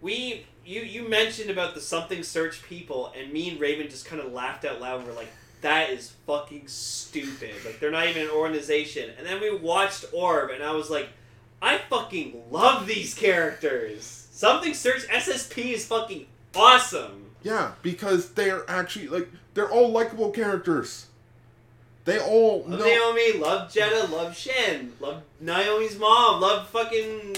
[SPEAKER 2] we, you you mentioned about the something search people, and me and Raven just kind of laughed out loud. and We're like. That is fucking stupid. Like they're not even an organization. And then we watched Orb, and I was like, I fucking love these characters. Something search SSP is fucking awesome.
[SPEAKER 1] Yeah, because they are actually like they're all likable characters. They all
[SPEAKER 2] Love
[SPEAKER 1] know
[SPEAKER 2] Naomi, love Jeddah, love Shen, love Naomi's mom, love fucking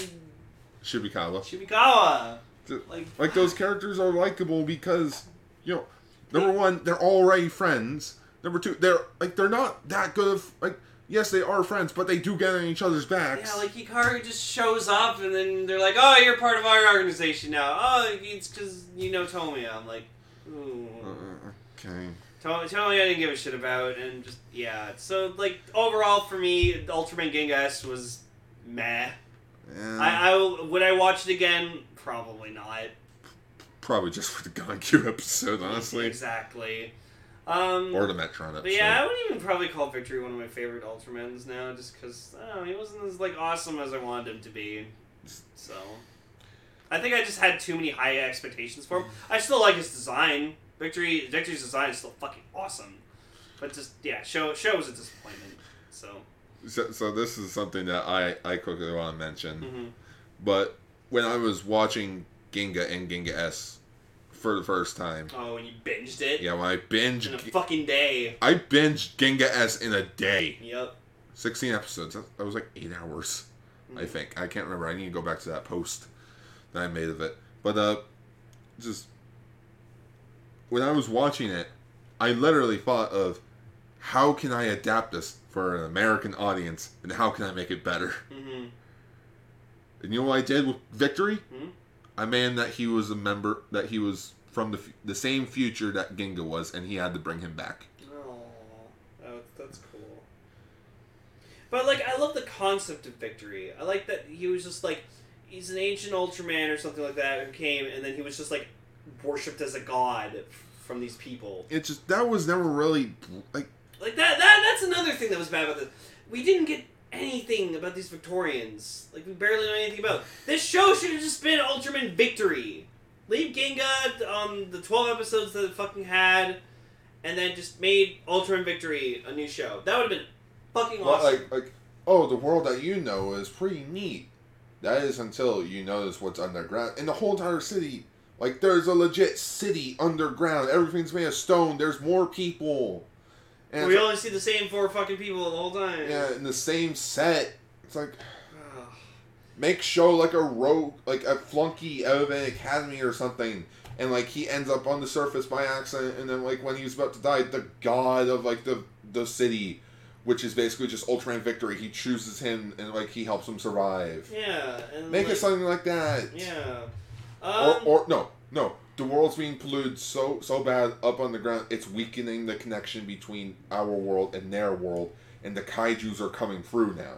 [SPEAKER 1] Shibikawa.
[SPEAKER 2] Shibikawa.
[SPEAKER 1] Th-
[SPEAKER 2] Like,
[SPEAKER 1] Like those characters are likable because you know, number one, they're already friends. Number two, they're like they're not that good of like yes, they are friends, but they do get on each other's backs.
[SPEAKER 2] yeah, like Hikaru just shows up and then they're like, "Oh, you're part of our organization now." Oh, it's because you know Tomoya. I'm like, ooh.
[SPEAKER 1] Uh, okay.
[SPEAKER 2] Tell, tell me I didn't give a shit about, and just yeah. So like overall for me, Ultraman Gengas was meh.
[SPEAKER 1] Yeah,
[SPEAKER 2] I, I will- would I watch it again? Probably not.
[SPEAKER 1] probably just for the Gonkyu episode, honestly,
[SPEAKER 2] exactly. Um,
[SPEAKER 1] or the Metron episode.
[SPEAKER 2] but yeah, I would even probably call Victory one of my favorite Ultramans now, just because I don't know he wasn't as like awesome as I wanted him to be. So, I think I just had too many high expectations for him. I still like his design. Victory, Victory's design is still fucking awesome, but just yeah, show show was a disappointment. So
[SPEAKER 1] So, so this is something that I, I quickly want to mention.
[SPEAKER 2] Mhm.
[SPEAKER 1] But when I was watching Ginga and Ginga S for the first time,
[SPEAKER 2] Oh, and you binged it
[SPEAKER 1] yeah, when I binge,
[SPEAKER 2] in a fucking day.
[SPEAKER 1] I binged Ginga S in a day.
[SPEAKER 2] Yep.
[SPEAKER 1] 16 episodes. That that was like eight hours, I
[SPEAKER 2] Mhm.
[SPEAKER 1] think. I can't remember. I need to go back to that post that I made of it. But uh, just when I was watching it, I literally thought of how can I adapt this for an American audience, and how can I make it better.
[SPEAKER 2] hmm
[SPEAKER 1] And you know what I did with Victory?
[SPEAKER 2] Hmm?
[SPEAKER 1] I made that he was a member that he was from the f- the same future that Ginga was, and he had to bring him back.
[SPEAKER 2] Oh, oh, that's cool. But like, I love the concept of victory. I like that he was just like, he's an ancient Ultraman or something like that who came, and then he was just like worshipped as a god from these people.
[SPEAKER 1] It just that was never really like
[SPEAKER 2] Like that. That that's another thing that was bad about this. We didn't get anything about these Victorians. Like we barely know anything about. This show should have just been Ultraman Victory. Leave Ginga on the twelve episodes that it fucking had, and then just made Ultraman Victory a new show. That would have been fucking
[SPEAKER 1] Well,
[SPEAKER 2] awesome.
[SPEAKER 1] like, like, oh, the world that you know is pretty neat. That is until you notice what's underground. And the whole entire city, like, there's a legit city underground. Everything's made of stone. There's more people. And
[SPEAKER 2] we
[SPEAKER 1] it's
[SPEAKER 2] only see the same four fucking people the whole time.
[SPEAKER 1] like, yeah, in the same set. It's like,
[SPEAKER 2] Ugh.
[SPEAKER 1] make show like a rogue, like a flunky out of an academy or something. And, like, he ends up on the surface by accident. And then, like, when he's about to die, the god of, like, the, the city. Which is basically just Ultraman victory. He chooses him and like he helps him survive.
[SPEAKER 2] yeah. And
[SPEAKER 1] Make
[SPEAKER 2] like,
[SPEAKER 1] it something like that.
[SPEAKER 2] Yeah.
[SPEAKER 1] Or,
[SPEAKER 2] Um,
[SPEAKER 1] or no, no. The world's being polluted so so bad up on the ground, it's weakening the connection between our world and their world, and the kaiju's are coming through now.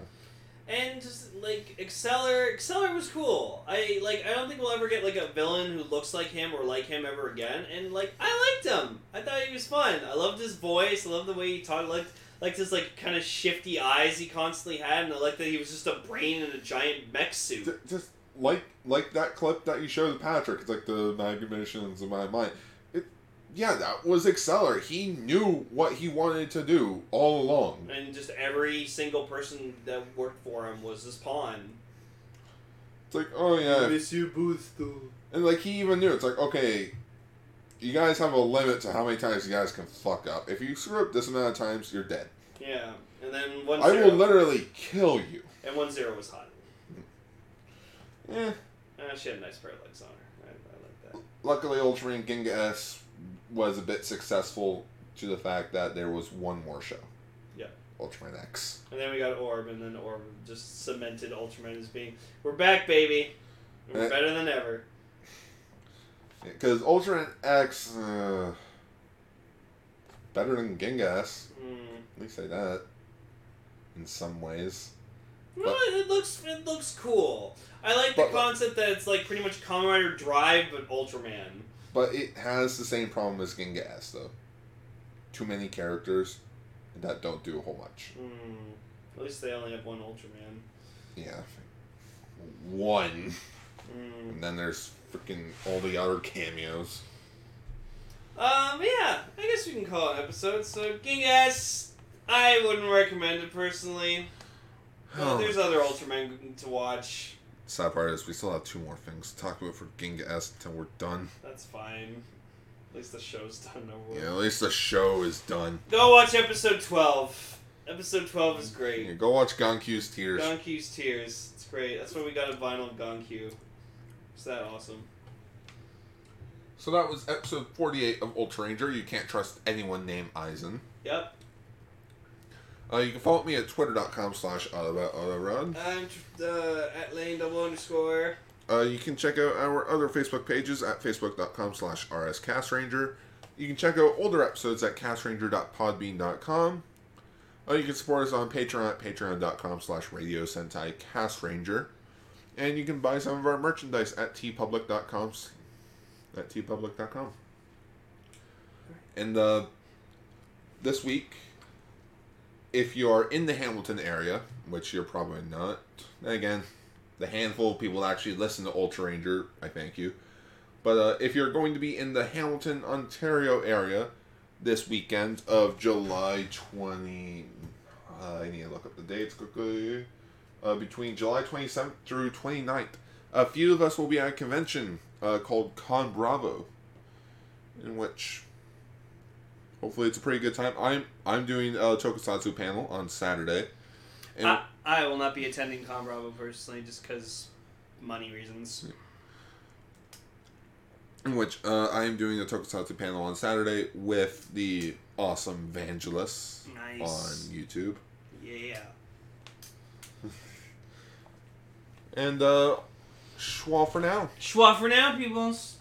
[SPEAKER 2] And just like Exceller, Exceller was cool. I like. I don't think we'll ever get like a villain who looks like him or like him ever again. And like, I liked him. I thought he was fun. I loved his voice. I loved the way he talked. Like, liked his like kind of shifty eyes he constantly had, and I liked that he was just a brain in a giant mech
[SPEAKER 1] J-
[SPEAKER 2] suit.
[SPEAKER 1] Just like like that clip that you showed Patrick, it's like the magnifications of my mind. It, yeah, that was Exceller. He knew what he wanted to do all along.
[SPEAKER 2] And just every single person that worked for him was his pawn.
[SPEAKER 1] It's like, oh yeah, if
[SPEAKER 2] Monsieur Busto.
[SPEAKER 1] And like he even knew it's like okay, you guys have a limit to how many times you guys can fuck up. If you screw up this amount of times, you're dead.
[SPEAKER 2] Yeah, and then one
[SPEAKER 1] I
[SPEAKER 2] zero,
[SPEAKER 1] will literally kill you.
[SPEAKER 2] and one zero was hot.
[SPEAKER 1] Eh,
[SPEAKER 2] Ah, she had nice parallax on her. I, I like that.
[SPEAKER 1] luckily, Ultraman Ginga S was a bit successful to the fact that there was one more show.
[SPEAKER 2] Yeah.
[SPEAKER 1] Ultraman X.
[SPEAKER 2] And then we got Orb, and then Orb just cemented Ultraman as being, we're back, baby. We're
[SPEAKER 1] Uh,
[SPEAKER 2] better than ever.
[SPEAKER 1] Because Ultraman X, uh, better than Ginga S.
[SPEAKER 2] Mm.
[SPEAKER 1] At least say that. In some ways.
[SPEAKER 2] No, it looks it looks cool. I like the
[SPEAKER 1] But-
[SPEAKER 2] concept that it's like pretty much Kamen Rider Drive, but Ultraman.
[SPEAKER 1] But it has the same problem as Ginga S, though. Too many characters that don't do a whole much.
[SPEAKER 2] Mm. At least they only have one Ultraman.
[SPEAKER 1] Yeah. One.
[SPEAKER 2] Mm.
[SPEAKER 1] And then there's freaking all the other cameos.
[SPEAKER 2] Um, yeah, I guess we can call it an episode. So, Gingas, I wouldn't recommend it personally.
[SPEAKER 1] Oh.
[SPEAKER 2] But there's other Ultraman to watch.
[SPEAKER 1] Sad part is we still have two more things to talk about for Ginga S until we're done.
[SPEAKER 2] That's fine. At least the show's done. No
[SPEAKER 1] Yeah, at least the show is done.
[SPEAKER 2] Go watch episode 12. Episode 12 is
[SPEAKER 1] Yeah,
[SPEAKER 2] great.
[SPEAKER 1] go watch Gonkyu's Tears.
[SPEAKER 2] Gonkyu's Tears. It's great. That's why we got a vinyl of Gonkyu. Is that awesome?
[SPEAKER 1] So that was episode 48 of Ultra Ranger. You can't trust anyone named Eisen.
[SPEAKER 2] Yep.
[SPEAKER 1] Uh, you can follow me at twitter.com slash autorun.
[SPEAKER 2] I'm uh, at lane double underscore.
[SPEAKER 1] Uh, you can check out our other Facebook pages at facebook.com slash rscastranger. You can check out older episodes at castranger.podbean.com. Uh, you can support us on Patreon at patreon.com slash radio sentai castranger. And you can buy some of our merchandise at tpublic.com. s- At tpublic.com. And uh, this week, if you are in the Hamilton area, which you're probably not, then again, the handful of people that actually listen to Ultra Ranger, I thank you. But uh, if you're going to be in the Hamilton, Ontario area this weekend of July 20. Oh, Uh, I need to look up the dates quickly. Uh, between July 27th through 29th, a few of us will be at a convention uh, called Con Bravo, in which hopefully it's a pretty good time. I'm I'm doing a Tokusatsu panel on Saturday. And
[SPEAKER 2] I, I will not be attending Combravo personally just because money reasons.
[SPEAKER 1] in which uh, I am doing a Tokusatsu panel on Saturday with the awesome Vangelis
[SPEAKER 2] Nice.
[SPEAKER 1] on YouTube.
[SPEAKER 2] Yeah.
[SPEAKER 1] And uh, schwa for now.
[SPEAKER 2] Schwa for now, peoples.